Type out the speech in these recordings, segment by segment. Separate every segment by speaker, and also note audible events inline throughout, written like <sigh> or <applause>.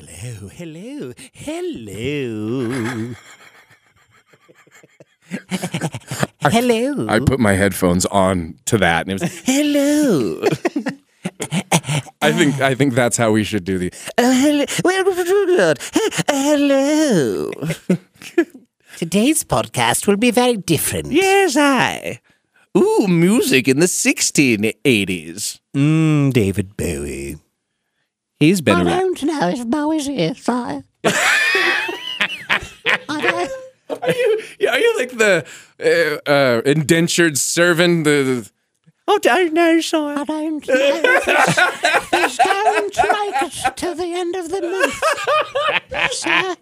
Speaker 1: hello, hello, hello. hello.
Speaker 2: Mm-hmm.
Speaker 3: I put my headphones on to that, and it was.
Speaker 1: hello.
Speaker 2: <laughs>
Speaker 3: I think I think that's how we should do the.
Speaker 1: Oh, hello. Welcome to True Blood. Hello. Today's podcast will be very different.
Speaker 2: Yes, I. Ooh, music in the 1680s.
Speaker 1: Mm, David Bowie.
Speaker 2: He's been
Speaker 4: I
Speaker 2: around.
Speaker 4: don't know if Bowie's here, sire. I don't.
Speaker 3: Are you, yeah, are you like the uh, uh, indentured servant? The,
Speaker 2: I don't know, sire.
Speaker 4: I don't know. if He's, he's going to make it to the end of the month. Sir,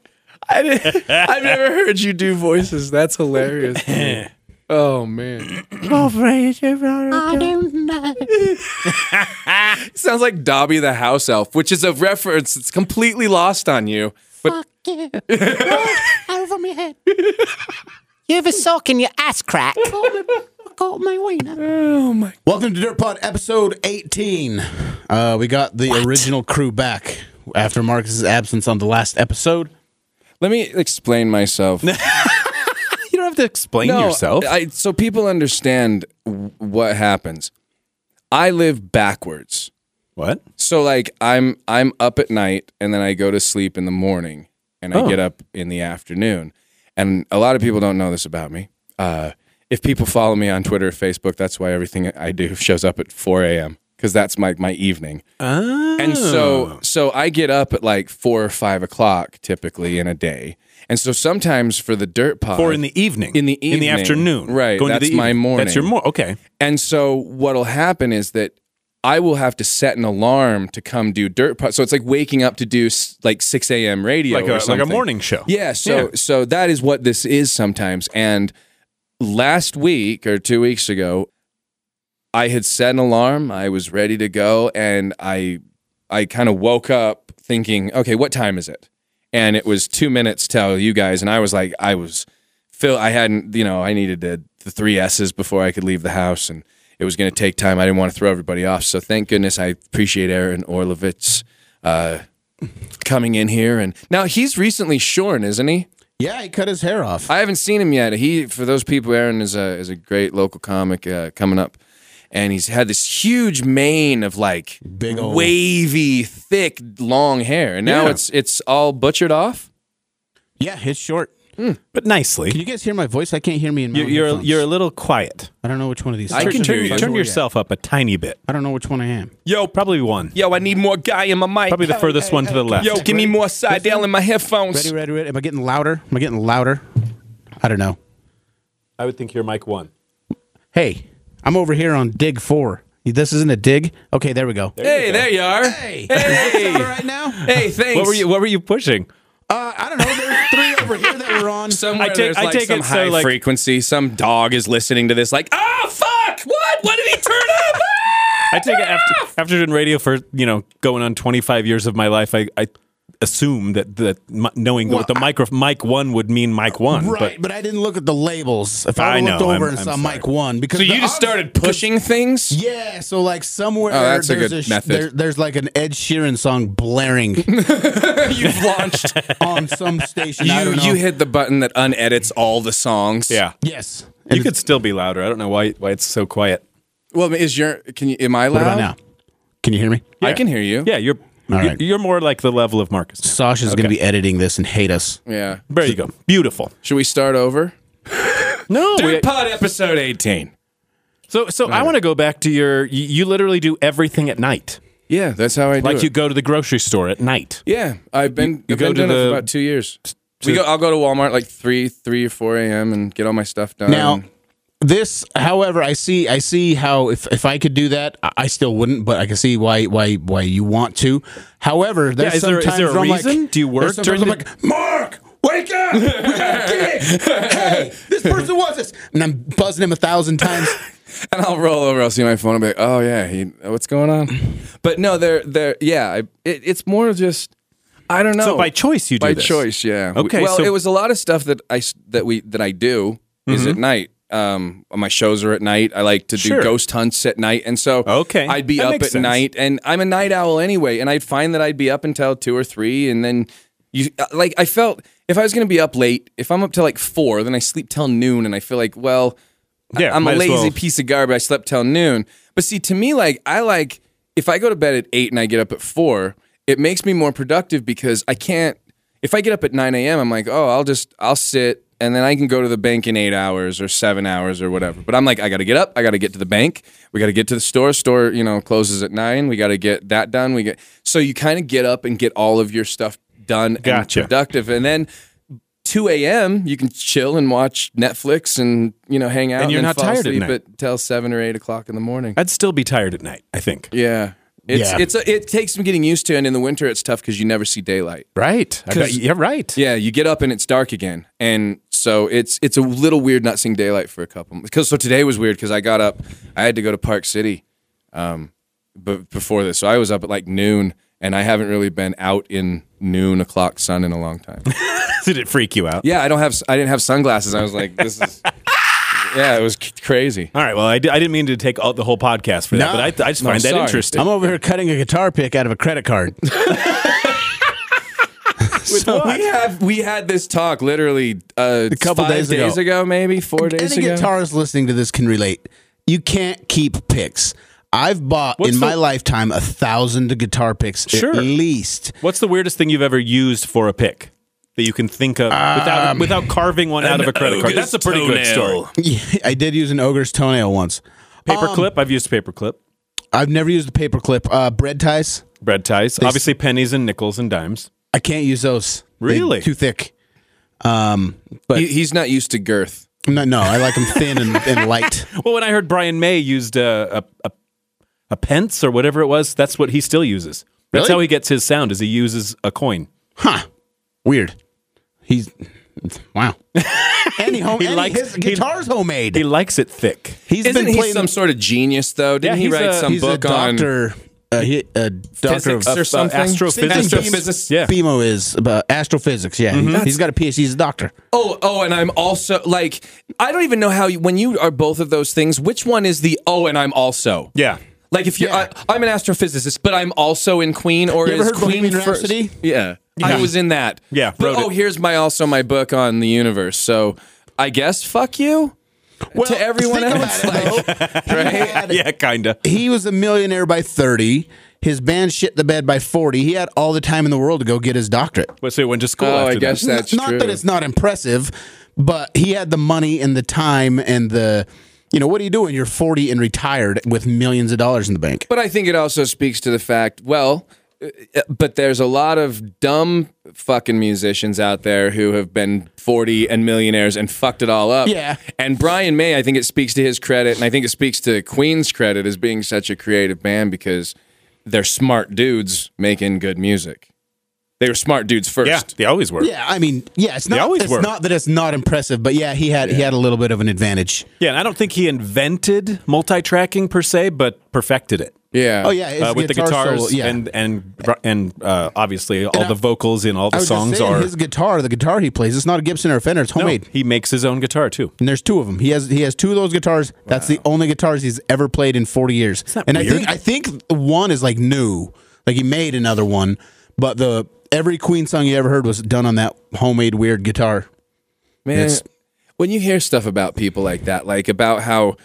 Speaker 3: I didn't, <laughs> I've never heard you do voices. That's hilarious. to
Speaker 2: <laughs>
Speaker 3: me. oh man,
Speaker 4: I don't know.
Speaker 3: sounds like Dobby the house elf, which is a reference that's completely lost on you. But
Speaker 4: Fuck you. Right over my head.
Speaker 1: You have a sock in your ass crack.
Speaker 4: I got my wiener.
Speaker 5: Welcome to Dirt Pod, episode 18. Uh, we got the original crew back after Marcus's absence on the last episode.
Speaker 3: let me explain myself.
Speaker 2: You don't have to explain yourself.
Speaker 3: I, so people understand w- what happens. I live backwards.
Speaker 2: what?
Speaker 3: So like I'm I'm up at night and then I go to sleep in the morning and
Speaker 2: Oh.
Speaker 3: I get up in the afternoon. And a lot of people don't know this about me. Uh, if people follow me on Twitter or Facebook, that's why everything I do <laughs> shows up at 4 a.m. because that's my my evening. And
Speaker 2: Oh.
Speaker 3: so so I get up at like four or five o'clock typically in a day. And so sometimes for the dirt pod
Speaker 2: Or in the evening.
Speaker 3: In the
Speaker 2: In the
Speaker 3: evening.
Speaker 2: afternoon.
Speaker 3: Right,
Speaker 2: Going to
Speaker 3: that's
Speaker 2: the
Speaker 3: my
Speaker 2: evening.
Speaker 3: morning.
Speaker 2: That's your morning. Okay.
Speaker 3: And so what'll happen is that I will have to set an alarm to come do dirt. Po- so it's like waking up to do s- like 6 a.m. radio,
Speaker 2: Like
Speaker 3: or
Speaker 2: a, like a
Speaker 3: something.
Speaker 2: morning show.
Speaker 3: Yeah. So
Speaker 2: Yeah.
Speaker 3: so that is what this is sometimes. And last week or two weeks ago, I had set an alarm. I was ready to go, and I I kind of woke up thinking, okay, what time is it? And it was two minutes till you guys, and I was like, I was Phil. I hadn't, you know, I needed the, the three S's before I could leave the house, and it was going to take time. I didn't want to throw everybody off. So thank goodness I appreciate Aaron Orlovitz. Uh, coming in here and now he's recently shorn isn't he
Speaker 5: Yeah, he cut his hair off.
Speaker 3: i haven't seen him yet he for those people aaron is a is a great local comic uh, coming up and he's had this huge mane of like
Speaker 5: Big ol'-
Speaker 3: wavy thick long hair and now
Speaker 2: Yeah.
Speaker 3: it's it's all butchered off
Speaker 5: yeah, it's short.
Speaker 3: Hmm.
Speaker 2: But nicely.
Speaker 5: Can you guys hear my voice? I can't hear me in my
Speaker 2: You, you're,
Speaker 5: headphones.
Speaker 2: you're a little quiet.
Speaker 5: I don't know which one of these.
Speaker 3: I
Speaker 5: are.
Speaker 3: can hear you. Oh,
Speaker 2: Turn yourself up a tiny bit.
Speaker 5: I don't know which one I am.
Speaker 2: Yo, probably one.
Speaker 3: yo i need more guy in my mic
Speaker 2: Probably the furthest one to the left.
Speaker 3: yo give me more sidedale in my headphones
Speaker 5: Ready, ready, ready. Am I getting louder? Am I getting louder? I don't know.
Speaker 2: I would think you're Mike one.
Speaker 5: Hey, I'm over here on dig four. This isn't a dig. Okay, there we go.
Speaker 3: hey there you are
Speaker 5: Hey,
Speaker 3: Hey.
Speaker 5: Louder right now.
Speaker 3: hey thanks
Speaker 2: What were you? What were you pushing?
Speaker 5: Uh, I don't know. There's three over here that were on.
Speaker 3: Somewhere
Speaker 2: I take-
Speaker 3: there's
Speaker 2: I
Speaker 3: like
Speaker 2: take
Speaker 3: some
Speaker 2: it so,
Speaker 3: high
Speaker 2: like-
Speaker 3: frequency. Some dog is listening to this, like, ah, fuck! What? What did he turn up? Ah!"
Speaker 2: I take it after after doing radio for you know going on 25 years of my life. I, I assume that that mi- knowing what the micro mic one would mean mic one.
Speaker 5: Right,
Speaker 2: But
Speaker 5: but, I didn't look at the labels. If I,
Speaker 2: I
Speaker 5: looked over
Speaker 2: know, I'm-
Speaker 5: and
Speaker 2: I'm
Speaker 5: saw
Speaker 2: sorry.
Speaker 5: Mike one, because
Speaker 3: So you
Speaker 5: the
Speaker 3: just
Speaker 5: ob-
Speaker 3: started pushing things.
Speaker 5: Yeah, so like somewhere
Speaker 3: Oh, that's a
Speaker 5: there's,
Speaker 3: good
Speaker 5: sh-
Speaker 3: method.
Speaker 5: there- there's like an Ed Sheeran song blaring
Speaker 3: <laughs> You've launched.
Speaker 5: on some station. I
Speaker 3: you
Speaker 5: don't know.
Speaker 3: you hit the button that unedits all the songs.
Speaker 2: yeah,
Speaker 5: yes.
Speaker 2: you could still be louder. I don't know why why it's so quiet.
Speaker 3: Well, is your can you? Am I loud
Speaker 5: What about now? Can you hear me?
Speaker 3: I can hear you.
Speaker 2: Yeah, you're
Speaker 5: All
Speaker 2: you're,
Speaker 5: right.
Speaker 2: you're more like the level of Marcus.
Speaker 5: Sasha's going to be editing this and hate us.
Speaker 3: Yeah.
Speaker 2: There you go. Beautiful.
Speaker 3: Should we start over?
Speaker 2: No,
Speaker 3: Dirt Pod episode eighteen.
Speaker 2: so so I want to go back to your. You, you literally do everything at night.
Speaker 3: Yeah, that's how I do
Speaker 2: Like
Speaker 3: it.
Speaker 2: you go to the grocery store at night.
Speaker 3: yeah, I've been. I've
Speaker 2: go
Speaker 3: been
Speaker 2: to
Speaker 3: doing it
Speaker 2: the-
Speaker 3: for about two years. we go. I'll go to Walmart like three, three or four a.m. and get all my stuff done.
Speaker 5: Now, this, however, I see. I see how if, if I could do that, I, I still wouldn't. But I can see why why why you want to. However, there's
Speaker 2: Yeah, is there- is
Speaker 5: sometimes
Speaker 2: there a
Speaker 5: where I'm
Speaker 2: reason?
Speaker 5: Like,
Speaker 2: Do you work
Speaker 5: there's sometimes
Speaker 2: during
Speaker 5: I'm like Mark? Wake up! We got a gig. Hey, this person wants us, and I'm buzzing him a thousand times.
Speaker 3: <laughs> and I'll roll over. I'll see my phone. and be like, "Oh yeah, he, what's going on?" But no, they're they're yeah. I, it, it's more just I don't know.
Speaker 2: So by choice you do
Speaker 3: by
Speaker 2: this?
Speaker 3: choice, yeah. We-
Speaker 2: Okay,
Speaker 3: well,
Speaker 2: so-
Speaker 3: it was a lot of stuff that I s- that we that I do is at night Um, my shows are at night. I like to do
Speaker 2: Mm-hmm. Sure.
Speaker 3: ghost hunts at night, and so
Speaker 2: Okay.
Speaker 3: I'd be
Speaker 2: That
Speaker 3: up
Speaker 2: makes
Speaker 3: at
Speaker 2: sense.
Speaker 3: night, and I'm a night owl anyway, and I'd find that I'd be up until two or three, and then you uh, like I felt if I was going to be up late, if I'm up till like four, then I sleep till noon, and I feel like well, I-
Speaker 2: Yeah,
Speaker 3: I'm a
Speaker 2: might as
Speaker 3: lazy
Speaker 2: well.
Speaker 3: piece of garbage. I slept till noon. But see, to me, like I like if I go to bed at eight and I get up at four, it makes me more productive because I can't. If I get up at nine a.m., I'm like, oh, I'll just I'll sit and then I can go to the bank in eight hours or seven hours or whatever. But I'm like, I got to get up. I got to get to the bank. We got to get to the store. Store, you know, closes at nine. We got to get that done. We get so you kind of get up and get all of your stuff done
Speaker 2: Gotcha.
Speaker 3: and productive, and then. 2 a.m. you can chill and watch Netflix and you know hang out
Speaker 2: And you're
Speaker 3: then
Speaker 2: not
Speaker 3: fall
Speaker 2: tired at
Speaker 3: asleep
Speaker 2: night.
Speaker 3: till seven or eight o'clock in the morning.
Speaker 2: I'd still be tired at night, I think.
Speaker 3: Yeah, it's
Speaker 6: Yeah.
Speaker 3: it's a, it takes some getting used to, and in the winter it's tough because you never see daylight.
Speaker 2: Right. I bet,
Speaker 3: 'Cause-
Speaker 2: yeah, right.
Speaker 3: Yeah, you get up and it's dark again, and so it's it's a little weird not seeing daylight for a couple. Because so today was weird because I got up, I had to go to Park City, um, but before this, so I was up at like noon, and I haven't really been out in noon o'clock sun in a long time.
Speaker 2: <laughs> Did it freak you out?
Speaker 3: yeah, I don't have I didn't have sunglasses. I was like, this is. Yeah, it was c- crazy.
Speaker 2: All right. Well, I, di- I didn't mean to take all, the whole podcast for that,
Speaker 6: No.
Speaker 2: but I, I just
Speaker 3: No,
Speaker 2: find that
Speaker 3: sorry.
Speaker 2: interesting.
Speaker 6: I'm over here cutting a guitar pick out of a credit card.
Speaker 3: So we have we had this talk literally uh, a
Speaker 6: couple
Speaker 3: five
Speaker 6: days
Speaker 3: days,
Speaker 6: ago.
Speaker 3: ago. maybe four days
Speaker 6: Any
Speaker 3: ago.
Speaker 6: guitarist listening to this can relate. You can't keep picks. I've bought
Speaker 2: What's
Speaker 6: in my
Speaker 2: the-
Speaker 6: lifetime a thousand guitar picks
Speaker 2: Sure.
Speaker 6: at least.
Speaker 2: <laughs>
Speaker 6: <laughs>
Speaker 2: What's the weirdest thing you've ever used for a pick that you can think of without
Speaker 6: Um,
Speaker 2: without carving one out of a credit card? That's a pretty good story.
Speaker 6: Yeah, I did use an ogre's toenail once.
Speaker 2: Paperclip. I've used paperclip.
Speaker 6: I've never used a paperclip. Uh, bread ties.
Speaker 2: Bread ties. Obviously, pennies and nickels and dimes.
Speaker 6: I can't use those. They're
Speaker 2: Really?
Speaker 6: too thick. Um, but
Speaker 3: He- he's not used to girth.
Speaker 6: no, no, I like them thin and, and light. <laughs>
Speaker 2: Well, when I heard Brian May used a a, a a pence or whatever it was, that's what he still uses. That's
Speaker 6: Really?
Speaker 2: how he gets his sound. Is he uses a coin?
Speaker 6: Huh? Weird. He's
Speaker 2: <laughs>
Speaker 6: wow. and he, home,
Speaker 2: He
Speaker 6: and
Speaker 2: likes-
Speaker 6: his
Speaker 2: he-
Speaker 6: guitar's homemade.
Speaker 2: He likes it thick.
Speaker 6: He's
Speaker 3: Isn't he some sort of genius though? Didn't
Speaker 2: Yeah,
Speaker 3: he
Speaker 2: he's
Speaker 3: write
Speaker 2: a-
Speaker 3: some
Speaker 6: he's
Speaker 3: book
Speaker 6: a doctor, uh, he, a doctor
Speaker 3: on
Speaker 6: of uh,
Speaker 3: physics or something?
Speaker 2: astrophysics.
Speaker 3: Astrophysics.
Speaker 2: Yeah.
Speaker 6: BMO is about astrophysics. Yeah, he's got a PhD. He's a doctor.
Speaker 3: Oh, oh, and I'm also like I don't even know how you, when you are both of those things. Which one is the oh and I'm also?
Speaker 2: Yeah.
Speaker 3: Like if you're,
Speaker 6: Yeah.
Speaker 3: I, I'm an astrophysicist, but I'm also in Queen, or
Speaker 6: You ever
Speaker 3: is
Speaker 6: heard
Speaker 3: Queen
Speaker 6: Bohemian
Speaker 3: first?
Speaker 6: Rhapsody?
Speaker 3: Yeah. I was in that.
Speaker 2: Yeah,
Speaker 3: but
Speaker 2: wrote
Speaker 3: oh,
Speaker 2: it.
Speaker 3: here's my also my book on the universe. So I guess fuck you to everyone
Speaker 6: think
Speaker 3: else.
Speaker 6: about it,
Speaker 3: <laughs>
Speaker 6: though. He
Speaker 2: <laughs>
Speaker 6: had-
Speaker 2: Yeah, kinda.
Speaker 6: He was a millionaire by thirty. His band shit the bed by forty. He had all the time in the world to go get his doctorate.
Speaker 2: Well, So he went to school.
Speaker 3: Oh,
Speaker 2: after
Speaker 3: I
Speaker 2: that.
Speaker 3: guess that's
Speaker 6: not,
Speaker 3: true.
Speaker 6: not that it's not impressive, but he had the money and the time and the, you know, what do you do when you're 40 and retired with millions of dollars in the bank?
Speaker 3: But I think it also speaks to the fact, well, uh, but there's a lot of dumb fucking musicians out there who have been 40 and millionaires and fucked it all up.
Speaker 6: Yeah.
Speaker 3: And Brian May, I think it speaks to his credit, and I think it speaks to Queen's credit as being such a creative band because they're smart dudes making good music. They were smart dudes first.
Speaker 2: Yeah, they always were.
Speaker 6: Yeah, I mean, yeah, it's not.
Speaker 2: always
Speaker 6: It's
Speaker 2: were.
Speaker 6: not that it's not impressive, but yeah, he had he had a little bit of an advantage.
Speaker 2: Yeah, and I don't think he invented multi-tracking per se, but perfected it
Speaker 3: Yeah.
Speaker 6: Oh yeah, his
Speaker 2: uh, with the
Speaker 6: guitar
Speaker 2: guitars
Speaker 6: solo, yeah.
Speaker 2: and and and uh, obviously all
Speaker 6: I-
Speaker 2: the vocals in all
Speaker 6: I
Speaker 2: the
Speaker 6: was just
Speaker 2: songs
Speaker 6: saying,
Speaker 2: are.
Speaker 6: his guitar, the guitar he plays. It's not a Gibson or a Fender. It's
Speaker 2: No,
Speaker 6: homemade.
Speaker 2: he makes his own guitar too.
Speaker 6: And there's two of them. He has he has two of those guitars. That's the only guitars he's ever played in 40 years.
Speaker 2: that
Speaker 6: and
Speaker 2: weird?
Speaker 6: I think I think one is like new. Like he made another one, but the every Queen song you ever heard was done on that homemade weird guitar.
Speaker 3: Man,
Speaker 6: It's-
Speaker 3: when you hear stuff about people like that, like about how,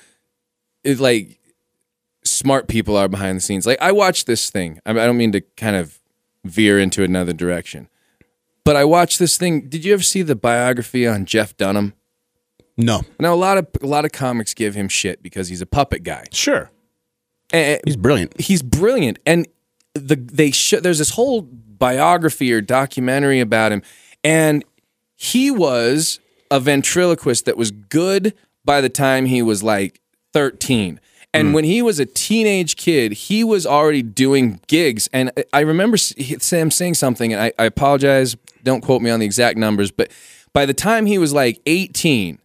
Speaker 3: it, like, smart people are behind the scenes. Like, I watched this thing. I, I don't mean to kind of veer into another direction, but I watched this thing. Did you ever see the biography on Jeff Dunham?
Speaker 6: No.
Speaker 3: Now, a lot of a lot of comics give him shit because he's a puppet guy.
Speaker 2: Sure.
Speaker 3: And-
Speaker 6: He's brilliant.
Speaker 3: he's brilliant and the they sh- there's this whole biography or documentary about him and he was a ventriloquist that was good by the time he was like 13 and when he was a teenage kid he was already doing gigs and I- i remember s- he- sam saying something and I, I apologize don't quote me on the exact numbers but by the time he was like 18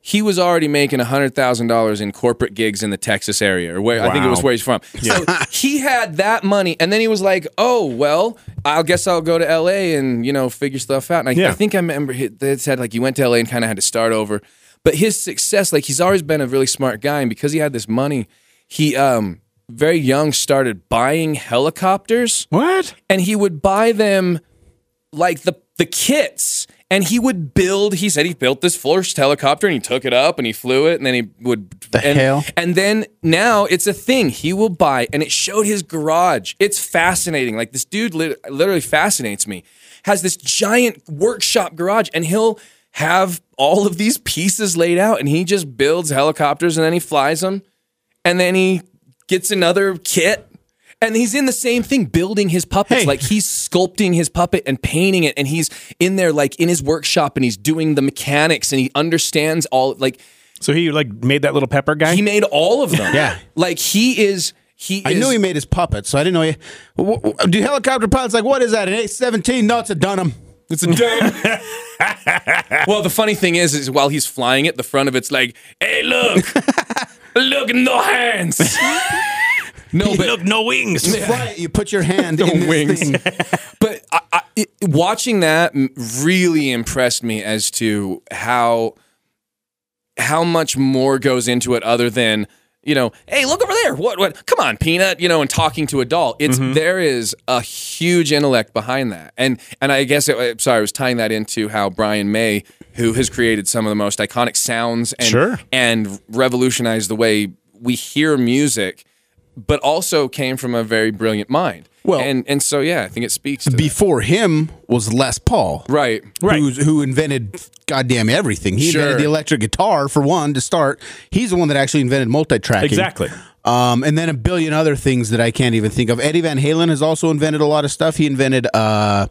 Speaker 3: he was already making $100,000 in corporate gigs in the Texas area, or where I think it was
Speaker 2: Wow.
Speaker 3: where he's from. So he had that money, and then he was like, oh, well, I guess I'll go to LA and, you know, figure stuff out. And I,
Speaker 2: Yeah.
Speaker 3: I think I remember he- they said, like, you went to LA and kind of had to start over. But his success, like he's always been a really smart guy, and because he had this money, he um very young started buying helicopters
Speaker 2: What?
Speaker 3: and he would buy them like the the kits and he would build he said he built this first helicopter and he took it up and he flew it and then he would the and,
Speaker 6: hell?
Speaker 3: and then now it's a thing he will buy and it showed his garage it's fascinating like this dude lit- literally fascinates me has this giant workshop garage and he'll have all of these pieces laid out and he just builds helicopters and then he flies them and then he gets another kit and he's in the same thing building his puppets like he's sculpting his puppet and painting it and he's in there like in his workshop and he's doing the mechanics and he understands all like
Speaker 2: So he like made that little pepper guy.
Speaker 3: he made all of them
Speaker 6: Yeah.
Speaker 3: like he is he
Speaker 6: I
Speaker 3: is,
Speaker 6: knew he made his puppets, so I didn't know. He, w- w- do helicopter pilots like what is that? An A seventeen? No, it's a Dunham.
Speaker 3: it's a dome. well the funny thing is is while he's flying it the front of it's like hey
Speaker 6: <laughs>
Speaker 3: look look no hands no but
Speaker 2: Look, no wings.
Speaker 6: Fly it, You put your hand in this
Speaker 3: wings.
Speaker 6: thing.
Speaker 3: but I, I, it, watching that m- really impressed me as to how how much more goes into it other than you know hey look over there what what come on peanut you know and talking to a doll it's there is a huge intellect behind that and and i guess it, I'm sorry i was tying that into how brian may who has created some of the most iconic sounds and
Speaker 2: Sure.
Speaker 3: and revolutionized the way we hear music but also came from a very brilliant mind
Speaker 6: Well-
Speaker 3: and and so yeah i think it speaks to that.
Speaker 6: Before him was Les Paul,
Speaker 3: right
Speaker 2: Right.
Speaker 6: Who's, who invented goddamn everything? He
Speaker 3: Sure.
Speaker 6: invented the electric guitar for one to start. He's the one that actually invented multi-tracking.
Speaker 2: Exactly.
Speaker 6: Um, and then a billion other things that I can't even think of. Eddie Van Halen has also invented a lot of stuff. He invented uh,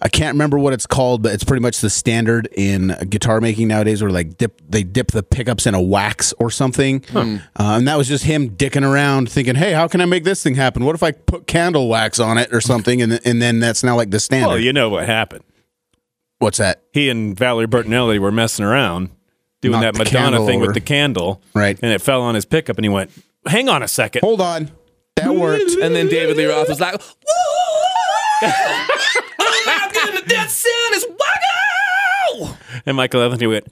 Speaker 6: I can't remember what it's called, but it's pretty much the standard in guitar making nowadays, where like dip they dip the pickups in a wax or something. Uh, and that was just him dicking around, thinking, "Hey, how can I make this thing happen? What if I put candle wax on it or something?" And and then that's now like the standard.
Speaker 2: Well, you know what happened.
Speaker 6: What's that?
Speaker 2: He and Valerie Bertinelli were messing around doing
Speaker 6: Knocked
Speaker 2: that
Speaker 6: the
Speaker 2: Madonna
Speaker 6: candle
Speaker 2: thing
Speaker 6: over.
Speaker 2: with the candle.
Speaker 6: Right.
Speaker 2: And it fell on his pickup and he went, hang on a second.
Speaker 6: Hold on, that worked.
Speaker 3: And then David Lee Roth was like, "Woo! I'm gonna that sound is wacko!"
Speaker 2: And Michael Anthony went,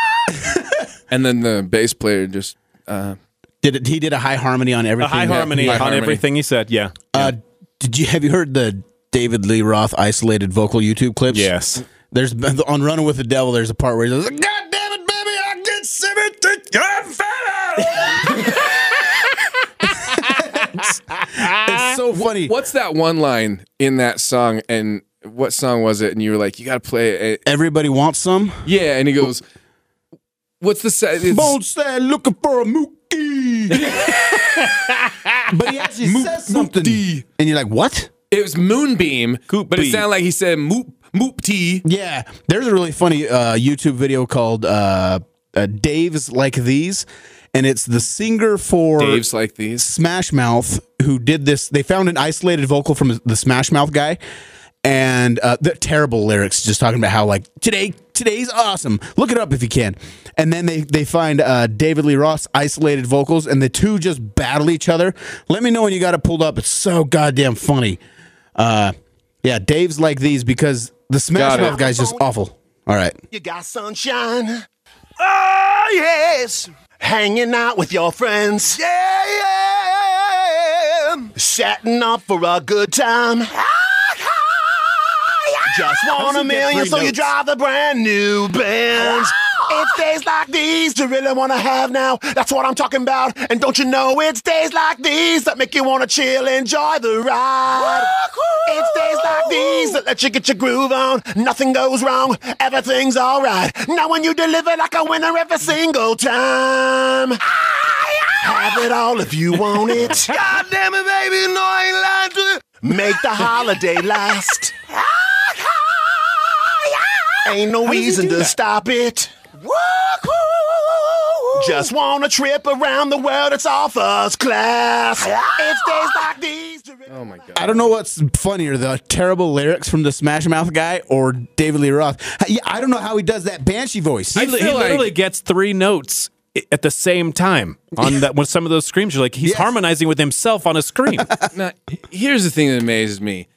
Speaker 3: <laughs> And then the bass player just uh,
Speaker 6: Did it, he did a high harmony on everything?
Speaker 2: high
Speaker 6: that-
Speaker 2: harmony
Speaker 3: high
Speaker 2: on
Speaker 3: harmony.
Speaker 2: everything he said. Yeah.
Speaker 6: Uh, did you have you heard the David Lee Roth isolated vocal YouTube clips?
Speaker 2: Yes.
Speaker 6: There's <laughs> on Running with the Devil. There's a part where he's like, "God damn it, baby, I get seventeen. I'm <laughs> It's so funny.
Speaker 3: what's that one line in that song? And what song was it? And you were like, "You gotta play it."
Speaker 6: Everybody wants some.
Speaker 3: Yeah, and he goes, "What's the sa- it's-
Speaker 6: Bold said, looking for a mookie. <laughs> but he actually says something, and you're like, "What?"
Speaker 3: It was Moonbeam,
Speaker 2: Coop
Speaker 3: but it
Speaker 2: beat.
Speaker 3: sounded like he said "moop moop tea."
Speaker 6: Yeah, there's a really funny uh, YouTube video called uh, uh, "Dave's Like These," and it's the singer for
Speaker 3: Dave's like these.
Speaker 6: Smash Mouth who did this. They found an isolated vocal from the Smash Mouth guy, and uh, the terrible lyrics, just talking about how like today, today's awesome. Look it up if you can. And then they they find uh, David Lee Roth's isolated vocals, and the two just battle each other. Let me know when you got it pulled up. It's so goddamn funny. Uh, yeah, Dave's like these because the Smash
Speaker 3: Got it.
Speaker 6: Mouth guy's just awful. All right.
Speaker 7: You got sunshine. Oh, yes. Hanging out with your friends. Yeah, yeah. Setting up for a good time. Just want a million, so you drive a brand new Benz. It's days like these you really want to have now. That's what I'm talking about. And don't you know it's days like these that make you want to chill, enjoy the ride. It's days like these that let you get your groove on. Nothing goes wrong, everything's alright. Now when you deliver like a winner every single time. Have it all if you want it. <laughs> God damn it, baby, no, I ain't lying to you. Make the holiday last. Ain't no reason to stop it. Just want a trip around the world. It's all first class. It's days like these.
Speaker 3: Oh my god!
Speaker 6: I don't know what's funnier, the terrible lyrics from the Smash Mouth guy or David Lee Roth. Yeah, I don't know how he does that banshee voice.
Speaker 2: He,
Speaker 3: I
Speaker 2: li- he
Speaker 3: feel like-
Speaker 2: literally gets three notes i- at the same time on that with some of those screams. You're like, he's harmonizing <laughs> with himself on a scream.
Speaker 3: Now, here's the thing that amazes me.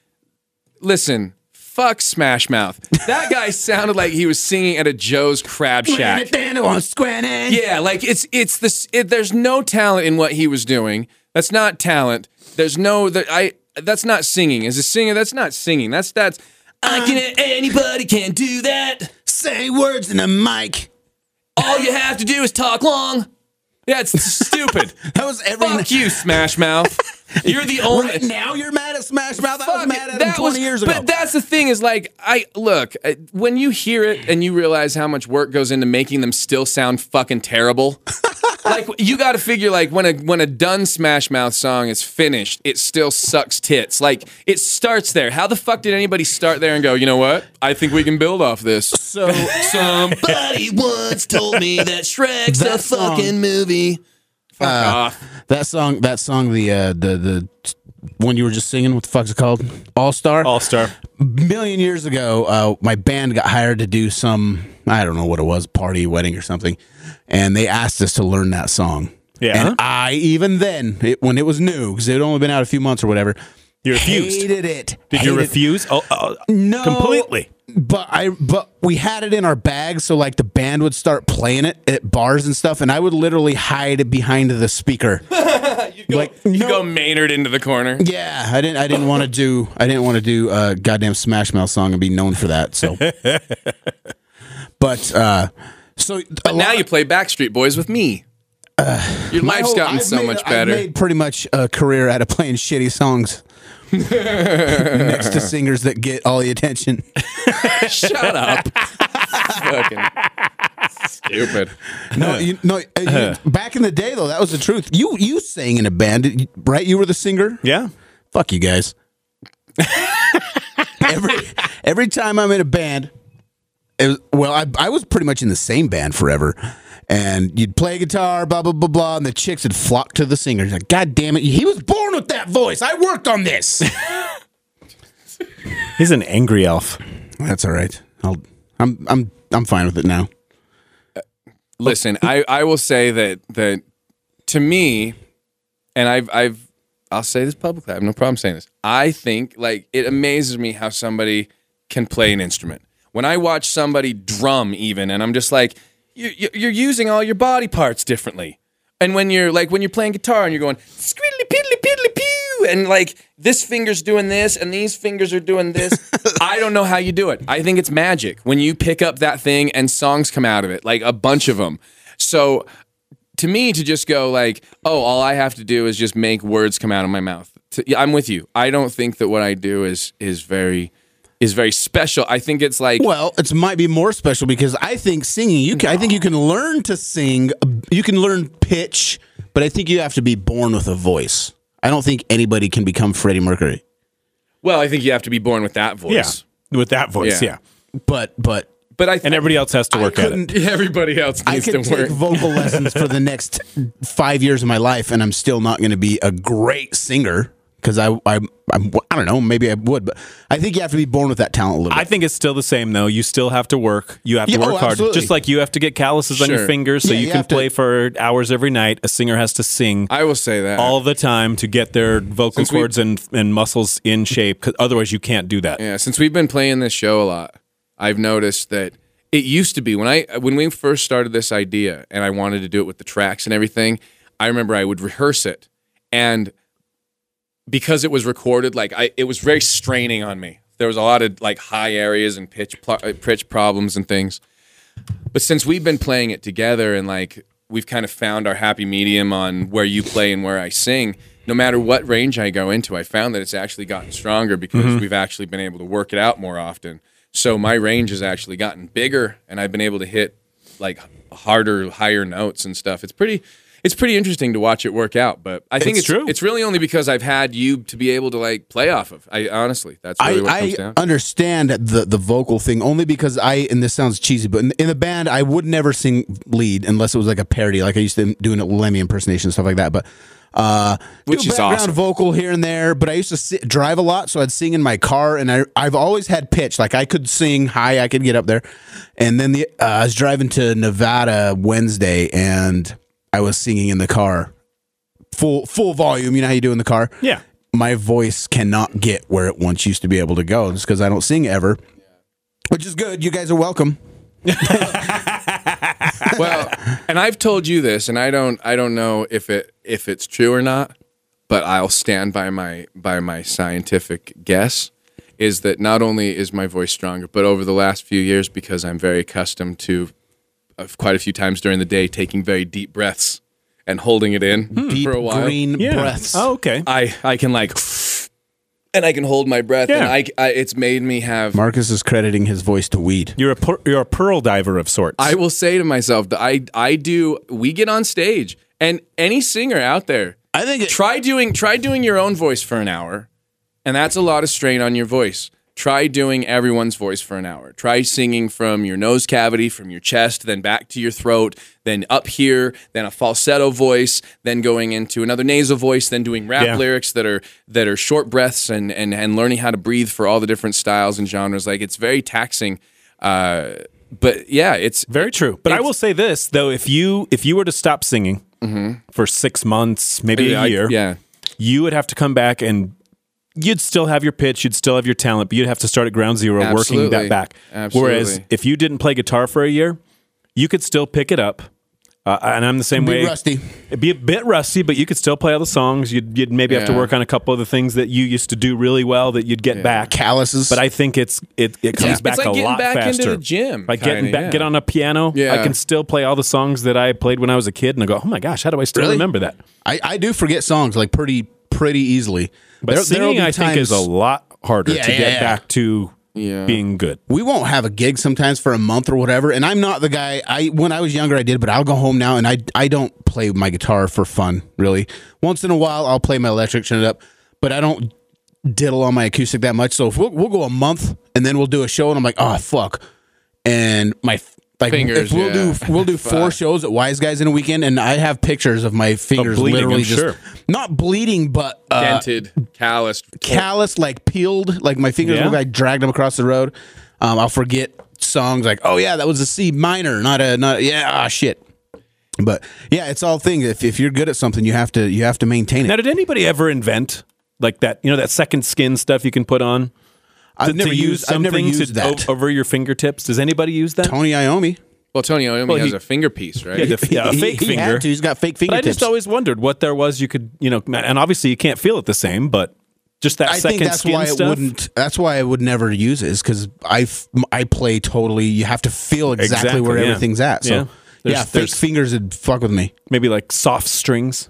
Speaker 3: Listen, fuck Smash Mouth. That
Speaker 6: <laughs>
Speaker 3: guy sounded like he was singing at a Joe's Crab Shack. Yeah, like it's it's this. It, there's no talent in what he was doing. That's not talent. There's no that I. That's not singing. As a singer, that's not singing. That's that's. I can anybody can do that.
Speaker 6: Say words in a mic.
Speaker 3: All you have to do is talk long. Yeah, it's
Speaker 6: <laughs>
Speaker 3: stupid.
Speaker 6: That was every
Speaker 3: Fuck you, Smash Mouth.
Speaker 6: <laughs>
Speaker 3: You're the only.
Speaker 6: Right now you're mad at Smash Mouth. I was
Speaker 3: Fuck
Speaker 6: mad
Speaker 3: it.
Speaker 6: at him
Speaker 3: That
Speaker 6: 20
Speaker 3: was-
Speaker 6: years ago.
Speaker 3: But
Speaker 6: <laughs>
Speaker 3: that's the thing is like I look uh, when you hear it and you realize how much work goes into making them still sound fucking
Speaker 6: <laughs>
Speaker 3: terrible. like you got to figure like when a when a done Smash Mouth song is finished, it still sucks tits. Like it starts there. How the fuck did anybody start there and go? You know what? I think we can build off this. So <laughs> somebody once told me that Shrek's
Speaker 6: That song.
Speaker 3: movie. Fuck off.
Speaker 6: that song, that song, the uh, the the t- one you were just singing. What the fuck's it called? All Star.
Speaker 2: All star.
Speaker 6: million years ago, uh, my band got hired to do some, I don't know what it was, party, wedding, or something. And they asked us to learn that song.
Speaker 2: Yeah.
Speaker 6: And I, even then, it, when it was new, because it had only been out a few months or whatever,
Speaker 2: You refused.
Speaker 6: Hated it.
Speaker 2: Did you
Speaker 6: Hated-
Speaker 2: refuse? Oh, oh,
Speaker 6: No.
Speaker 2: completely.
Speaker 6: But I, but we had it in our bag, so like the band would start playing it at bars and stuff, and I would literally hide behind the speaker. like
Speaker 3: You
Speaker 6: no-
Speaker 3: go Maynard into the corner.
Speaker 6: yeah, I didn't. I didn't want to do. I didn't want to do a goddamn Smash Mouth song and be known for that.
Speaker 3: <laughs>
Speaker 6: So, but uh, so a
Speaker 3: Now
Speaker 6: lot-
Speaker 3: you play Backstreet Boys with me. Your
Speaker 6: my
Speaker 3: life's
Speaker 6: whole-
Speaker 3: gotten
Speaker 6: I've
Speaker 3: so
Speaker 6: made-
Speaker 3: much
Speaker 6: I've
Speaker 3: better.
Speaker 6: made pretty much a career out of playing
Speaker 3: <laughs>
Speaker 6: shitty songs next to singers that get all the attention.
Speaker 3: Shut <laughs> up. Fucking stupid.
Speaker 6: No, you, no. uh,
Speaker 3: <laughs>
Speaker 6: you- back in the day, though, that was the truth. You you sang in a band, didn't you- right? You were the singer.
Speaker 2: Yeah.
Speaker 6: Fuck you guys. every every time I'm in a band, it was, well, I I was pretty much in the same band forever. And you'd play guitar, blah blah blah blah, and the chicks would flock to the singer. Like, God damn it, he was born with that voice. I worked on this.
Speaker 2: He's an angry elf.
Speaker 6: That's all right. I'll, I'm I'm I'm fine with it now.
Speaker 3: Listen, I, I will say that that to me, and I've I've I'll say this publicly. I have no problem saying this. I think like it amazes me how somebody can play an instrument. When I watch somebody drum, even, and I'm just like, you, you- you're using all your body parts differently. And when you're like when you're playing guitar and you're going squiddly piddly piddly pew, and like this finger's doing this and these fingers are doing this. I don't know how you do it. I think it's magic when you pick up that thing and songs come out of it, like a bunch of them. So to me to just go like oh all i have to do is just make words come out of my mouth To- yeah, i'm with you i don't think that what i do is is very is very special i think it's like
Speaker 6: Well, it might be more special because I think singing. You can, I think you can learn to sing. You can learn pitch, but I think you have to be born with a voice. I don't think anybody can become Freddie Mercury.
Speaker 3: well i think you have to be born with that voice
Speaker 2: Yeah. With that voice.
Speaker 3: Yeah.
Speaker 2: Yeah.
Speaker 6: But but
Speaker 3: but i
Speaker 2: And everybody else has to work at it.
Speaker 6: couldn't.
Speaker 3: <laughs> everybody else
Speaker 6: I
Speaker 3: needs to
Speaker 6: could take
Speaker 3: work
Speaker 6: <laughs> vocal lessons for the next five years of my life, and I'm still not going to be a great singer because I I I'm, I don't know. Maybe I would, but I think you have to be born with that talent a little.
Speaker 2: I
Speaker 6: bit.
Speaker 2: think it's still the same though. You still have to work. You have to
Speaker 6: Yeah,
Speaker 2: work
Speaker 6: oh,
Speaker 2: hard.
Speaker 6: absolutely.
Speaker 2: Just like you have to get calluses on
Speaker 3: Sure.
Speaker 2: your fingers so
Speaker 6: Yeah,
Speaker 2: you,
Speaker 6: you
Speaker 2: can
Speaker 6: have to-
Speaker 2: play for hours every night. A singer has to sing
Speaker 3: i will say that
Speaker 2: all the time to get their vocal
Speaker 3: Since we-
Speaker 2: cords and and muscles in shape 'cause otherwise you can't do that.
Speaker 3: Yeah, since we've been playing this show a lot, I've noticed that it used to be when I when we first started this idea and I wanted to do it with the tracks and everything, I remember I would rehearse it and because it was recorded like I it was very straining on me. There was a lot of like high areas and pitch pl- uh, pitch problems and things. But since we've been playing it together and like we've kind of found our happy medium on where you play and where I sing, no matter what range I go into, I found that it's actually gotten stronger because we've actually been able to work it out more often. So my range has actually gotten bigger and I've been able to hit like harder, higher notes and stuff. It's pretty it's pretty interesting to watch it work out, but I think
Speaker 2: It's
Speaker 3: it's,
Speaker 2: true.
Speaker 3: It's really only because I've had you to be able to like play off of. I honestly, that's really what it comes
Speaker 6: I,
Speaker 3: down.
Speaker 6: I understand the the vocal thing only because I and this sounds cheesy, but in, in the band I would never sing lead unless it was like a parody, like I used to doing a Lemmy impersonation and stuff like that. But uh,
Speaker 3: Which
Speaker 6: do
Speaker 3: is
Speaker 6: background
Speaker 3: awesome.
Speaker 6: vocal here and there. But I used to sit, drive a lot, so I'd sing in my car, and I I've always had pitch, like I could sing high, I could get up there. And then the uh, I was driving to Nevada Wednesday, and I was singing in the car, full full volume. You know how you do in the car
Speaker 2: Yeah.
Speaker 6: my voice cannot get where it once used to be able to go just because I don't sing ever, which is good. You guys are welcome.
Speaker 3: well, and I've told you this, and I don't, I don't know if it, if it's true or not, but I'll stand by my, by my scientific guess, is that not only is my voice stronger, but over the last few years, because I'm very accustomed to, uh, quite a few times during the day, taking very deep breaths and holding it in
Speaker 6: Hmm. Deep
Speaker 3: for a while.
Speaker 6: green
Speaker 2: Yeah.
Speaker 6: breaths.
Speaker 2: Oh, okay.
Speaker 3: I, I can like, and I can hold my breath, and
Speaker 2: Yeah.
Speaker 3: I, I, it's made me have.
Speaker 6: Marcus is crediting his voice to weed.
Speaker 2: You're a per- you're a pearl diver of sorts.
Speaker 3: I will say to myself that I I do we get on stage and any singer out there
Speaker 6: I think it,
Speaker 3: try doing try doing your own voice for an hour and that's a lot of strain on your voice. Try doing everyone's voice for an hour. Try singing from your nose cavity, from your chest, then back to your throat, then up here, then a falsetto voice, then going into another nasal voice, then doing rap
Speaker 2: Yeah.
Speaker 3: lyrics that are that are short breaths and and and learning how to breathe for all the different styles and genres. Like it's very taxing. Uh, but yeah, it's
Speaker 2: Very true. But I will say this though: if you if you were to stop singing for six months, maybe
Speaker 3: Yeah,
Speaker 2: a
Speaker 3: Mm-hmm. I-
Speaker 2: year,
Speaker 3: yeah.
Speaker 2: you would have to come back and you'd still have your pitch, you'd still have your talent, but you'd have to start at ground zero, working
Speaker 3: Absolutely.
Speaker 2: that back.
Speaker 3: Absolutely.
Speaker 2: Whereas if you didn't play guitar for a year, you could still pick it up. Uh, and I'm the same
Speaker 6: Be
Speaker 2: way.
Speaker 6: rusty.
Speaker 2: It'd be a bit rusty, but you could still play all the songs. You'd, you'd maybe have to
Speaker 3: Yeah.
Speaker 2: work on a couple of the things that you used to do really well that you'd get back.
Speaker 6: calluses.
Speaker 2: But I think it's it, it
Speaker 3: like
Speaker 2: comes back a
Speaker 3: getting
Speaker 2: lot
Speaker 3: back into
Speaker 2: faster.
Speaker 3: the gym,
Speaker 2: like getting
Speaker 3: kinda,
Speaker 2: back,
Speaker 3: yeah.
Speaker 2: get on a piano. I
Speaker 3: Yeah.
Speaker 2: can still play all the songs that I played when I was a kid, and I go, oh my gosh, how do I still
Speaker 6: Really?
Speaker 2: remember that?
Speaker 6: I, I do forget songs like pretty pretty easily.
Speaker 2: But
Speaker 6: There- there'll
Speaker 2: singing,
Speaker 6: be
Speaker 2: I think, is a
Speaker 6: times-
Speaker 2: lot harder
Speaker 6: Yeah,
Speaker 2: to
Speaker 6: yeah,
Speaker 2: get
Speaker 6: yeah.
Speaker 2: back to
Speaker 3: Yeah.
Speaker 2: being good.
Speaker 6: we won't have a gig sometimes for a month or whatever and i'm not the guy i when i was younger i did but i'll go home now and i i don't play my guitar for fun really once in a while i'll play my electric tune it up but i don't diddle on my acoustic that much so if we'll, we'll go a month and then we'll do a show and i'm like oh fuck and my f- like
Speaker 3: Fingers,
Speaker 6: if we'll
Speaker 3: yeah.
Speaker 6: do we'll do four shows at Wise Guys in a weekend, and I have pictures of my fingers
Speaker 2: bleeding,
Speaker 6: literally
Speaker 2: I'm
Speaker 6: just
Speaker 2: sure.
Speaker 6: not bleeding, but uh,
Speaker 3: dented, calloused,
Speaker 6: calloused, like peeled, like my fingers
Speaker 2: Yeah.
Speaker 6: look like dragged them across the road. Um, I'll forget songs like, oh yeah, that was a C minor, not a not a, yeah ah, shit. But yeah, it's all things. If if you're good at something, you have to you have to maintain
Speaker 2: Now,
Speaker 6: it.
Speaker 2: did anybody ever invent like that? You know, that second skin stuff you can put on.
Speaker 6: I've
Speaker 2: to,
Speaker 6: never
Speaker 2: to
Speaker 6: used I've never
Speaker 2: something to
Speaker 6: used that.
Speaker 2: o- over your fingertips. Does anybody use that?
Speaker 6: Tony Iommi,
Speaker 3: Well, Tony Iommi
Speaker 2: Well,
Speaker 3: has
Speaker 2: he-
Speaker 3: a finger piece, right?
Speaker 2: Yeah, the, <laughs> yeah, a
Speaker 6: He-
Speaker 2: fake
Speaker 6: he had
Speaker 2: finger.
Speaker 6: to. He's got fake
Speaker 2: But I
Speaker 6: fingertips.
Speaker 2: just always wondered what there was you could, you know, and obviously you can't feel it the same, but just that
Speaker 6: I
Speaker 2: second
Speaker 6: think that's
Speaker 2: skin
Speaker 6: why
Speaker 2: stuff.
Speaker 6: I wouldn't. That's why I would never use it. Is because I f- I play totally. You have to feel exactly,
Speaker 2: Exactly,
Speaker 6: where
Speaker 2: yeah.
Speaker 6: everythings at. So
Speaker 2: Yeah.
Speaker 6: yeah,
Speaker 2: There's-
Speaker 6: fake
Speaker 2: there's-
Speaker 6: fingers would fuck with me.
Speaker 2: Maybe like soft strings,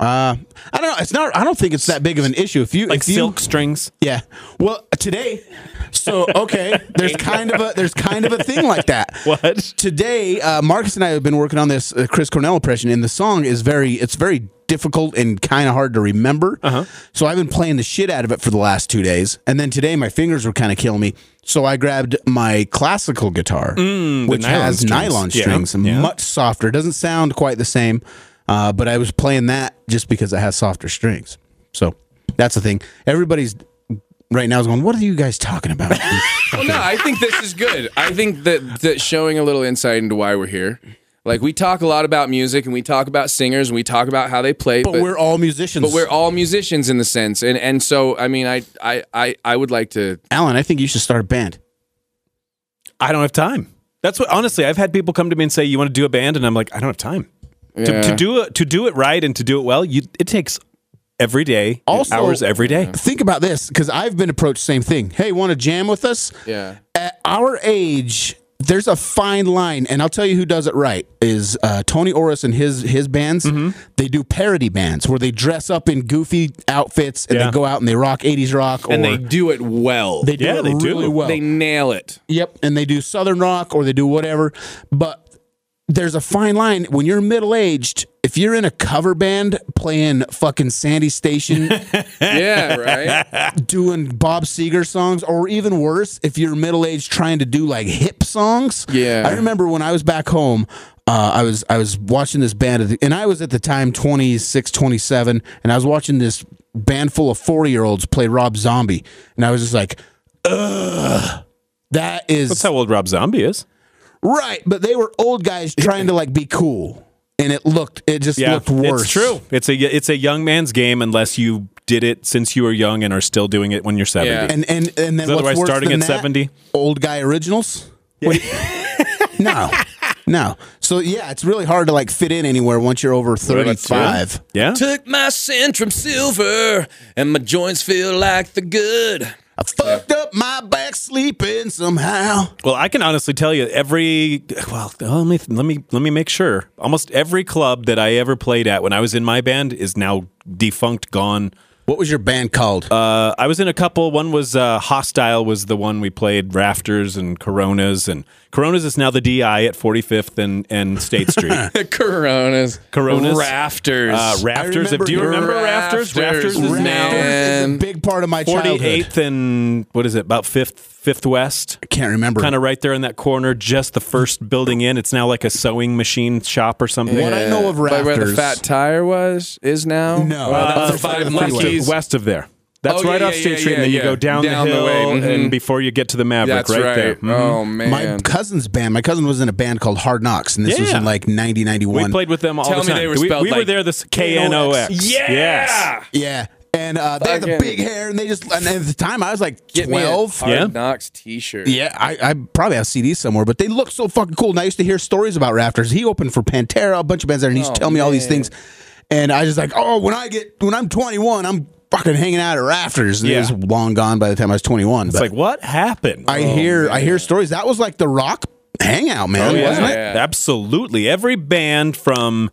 Speaker 6: Uh, I don't know. It's not. I don't think it's that big of an issue. If you
Speaker 2: like
Speaker 6: if you,
Speaker 2: silk strings.
Speaker 6: Yeah. Well, today, so okay, there's kind of a there's kind of a thing like that.
Speaker 2: <laughs> What?
Speaker 6: Today, uh, Marcus and I have been working on this uh, Chris Cornell impression, and the song is very it's very difficult and kind of hard to remember. Uh-huh. So I've been playing the shit out of it for the last two days, and then today my fingers were kind of killing me. So I grabbed my classical
Speaker 2: Mm,
Speaker 6: guitar,
Speaker 2: nylon
Speaker 6: which has
Speaker 2: strings.
Speaker 6: nylon
Speaker 2: Yeah.
Speaker 6: strings,
Speaker 2: Yeah.
Speaker 6: much softer. It doesn't sound quite the same, uh, but I was playing that just because it has softer strings. So that's the thing. Everybody's right now is going, "What are you guys talking about?"
Speaker 3: Well, no, I think this is good. I think that that showing a little insight into why we're here. Like we talk a lot about music and we talk about singers and we talk about how they play,
Speaker 6: but we're all musicians.
Speaker 3: but we're all musicians in the sense. And and so I mean, I I I, I would like to.
Speaker 6: Alan, I think you should start a band.
Speaker 2: I don't have time. That's what honestly, I've had people come to me and say, "You want to do a band?" and I'm like, "I don't have time." To, to
Speaker 3: Yeah.
Speaker 2: do it to do it right and to do it well, you it takes every day,
Speaker 6: Also-
Speaker 2: hours every day.
Speaker 6: Think about this because I've been approached same thing. Hey, want to jam with us?
Speaker 3: Yeah.
Speaker 6: At our age, there's a fine line, and I'll tell you who does it right is uh, Tony Oris and his his bands.
Speaker 2: Mm-hmm.
Speaker 6: They do parody bands where they dress up in goofy outfits and
Speaker 2: Yeah.
Speaker 6: they go out and they rock '80s rock, or
Speaker 3: And they do it well.
Speaker 6: they do
Speaker 2: Yeah,
Speaker 6: it
Speaker 2: they do.
Speaker 6: really well.
Speaker 3: They nail
Speaker 2: <laughs>
Speaker 3: it.
Speaker 6: Yep. And they do Southern rock or they do whatever. But there's a fine line when you're middle aged. If you're in a cover band playing fucking Sandy Station,
Speaker 2: <laughs>
Speaker 3: Yeah. Right.
Speaker 6: doing Bob Seger songs, or even worse, if you're middle aged trying to do like hip songs.
Speaker 3: Yeah.
Speaker 6: I remember when I was back home. Uh, I was I was watching this band, at the- and I was at the time 26, 27, and I was watching this band full of four year olds play Rob Zombie, and I was just like, ugh, that is
Speaker 2: That's how old Rob Zombie is.
Speaker 6: <laughs> Right, but they were old guys trying to like be cool, and it looked it just looked worse.
Speaker 2: It's true. It's a it's a young man's game unless you did it since you were young and are still doing it when you're 70.
Speaker 3: Yeah.
Speaker 6: And and and then what's
Speaker 2: Otherwise,
Speaker 6: worse
Speaker 2: starting
Speaker 6: than
Speaker 2: at
Speaker 6: that?
Speaker 2: 70?
Speaker 6: old guy originals. Wait. no, no. So yeah, it's really hard to like fit in anywhere once you're over
Speaker 3: that's
Speaker 6: thirty-five.
Speaker 2: Yeah.
Speaker 3: Took my Centrum Silver, and my joints feel like the good. <laughs>
Speaker 6: I fucked up my back sleeping somehow.
Speaker 2: Well, I can honestly tell you every well, oh, let me let me let me make sure. Almost every club that I ever played at when I was in my band is now defunct, gone.
Speaker 6: What was your band called?
Speaker 2: Uh, I was in a couple. One was uh, Hostile was the one we played Rafters and Coronas and Coronas is now the DI at 45th and and State <laughs> Street.
Speaker 3: Coronas.
Speaker 2: Coronas.
Speaker 3: Rafters.
Speaker 2: Uh, rafters. If, do you
Speaker 6: remember
Speaker 2: remember Rafters? Rafters, is now
Speaker 6: Rafters is a
Speaker 3: and-
Speaker 6: big part of my childhood.
Speaker 2: 48th and what is it? About fifth fifth west.
Speaker 6: I can't remember.
Speaker 2: Kind of right there in that corner, just the first building in. It's now like a sewing machine shop or something.
Speaker 6: What I know of
Speaker 3: By where the
Speaker 6: Rafters-
Speaker 3: fat tire was is now.
Speaker 6: No.
Speaker 3: Well,
Speaker 6: Uh,
Speaker 3: Oh, that was the
Speaker 6: five
Speaker 3: five
Speaker 6: left
Speaker 2: west, of,
Speaker 3: monkeys.
Speaker 2: west of there. That's
Speaker 3: Oh,
Speaker 2: right
Speaker 3: yeah,
Speaker 2: off
Speaker 3: yeah,
Speaker 2: State
Speaker 3: yeah,
Speaker 2: Street, and then
Speaker 3: yeah,
Speaker 2: you go
Speaker 3: yeah.
Speaker 2: down,
Speaker 3: Down
Speaker 2: the
Speaker 3: the
Speaker 2: hill,
Speaker 3: way, mhm.
Speaker 2: and before you get to the Maverick,
Speaker 3: That's
Speaker 2: right,
Speaker 3: right.
Speaker 2: there. Mhm.
Speaker 3: Oh man.
Speaker 6: my cousin's band. My cousin was in a band called Hard Knocks, and this was
Speaker 2: Yeah.
Speaker 6: in like 90, 91.
Speaker 2: We played with them all
Speaker 3: Tell
Speaker 2: the
Speaker 3: me
Speaker 2: time.
Speaker 3: they were
Speaker 2: we
Speaker 3: spelled
Speaker 2: we were
Speaker 3: like
Speaker 2: there this K N O X.
Speaker 3: Yeah.
Speaker 2: Yes.
Speaker 6: yeah, and uh, they had the
Speaker 3: Fucking-
Speaker 6: big hair, and they just. And at the time, I was like
Speaker 3: Get me a
Speaker 6: twelve.
Speaker 3: Hard
Speaker 2: Yeah.
Speaker 3: Knocks T-shirt.
Speaker 6: Yeah, I, I probably have CDs somewhere, but they look so fucking cool. And I used to hear stories about Rafters. He opened for Pantera, a bunch of bands there, and he's
Speaker 3: Oh,
Speaker 6: telling me all these
Speaker 3: man.
Speaker 6: things. And I just like, oh, when I get when I'm 21, I'm fucking hanging out at Rafters. And It
Speaker 2: Yeah.
Speaker 6: was long gone by the time I was 21.
Speaker 2: It's like oh, what happened?
Speaker 6: I hear I hear stories. That was like the rock hangout,
Speaker 2: Oh,
Speaker 6: man,
Speaker 3: yeah.
Speaker 6: wasn't it?
Speaker 3: Yeah.
Speaker 2: Absolutely. Every band from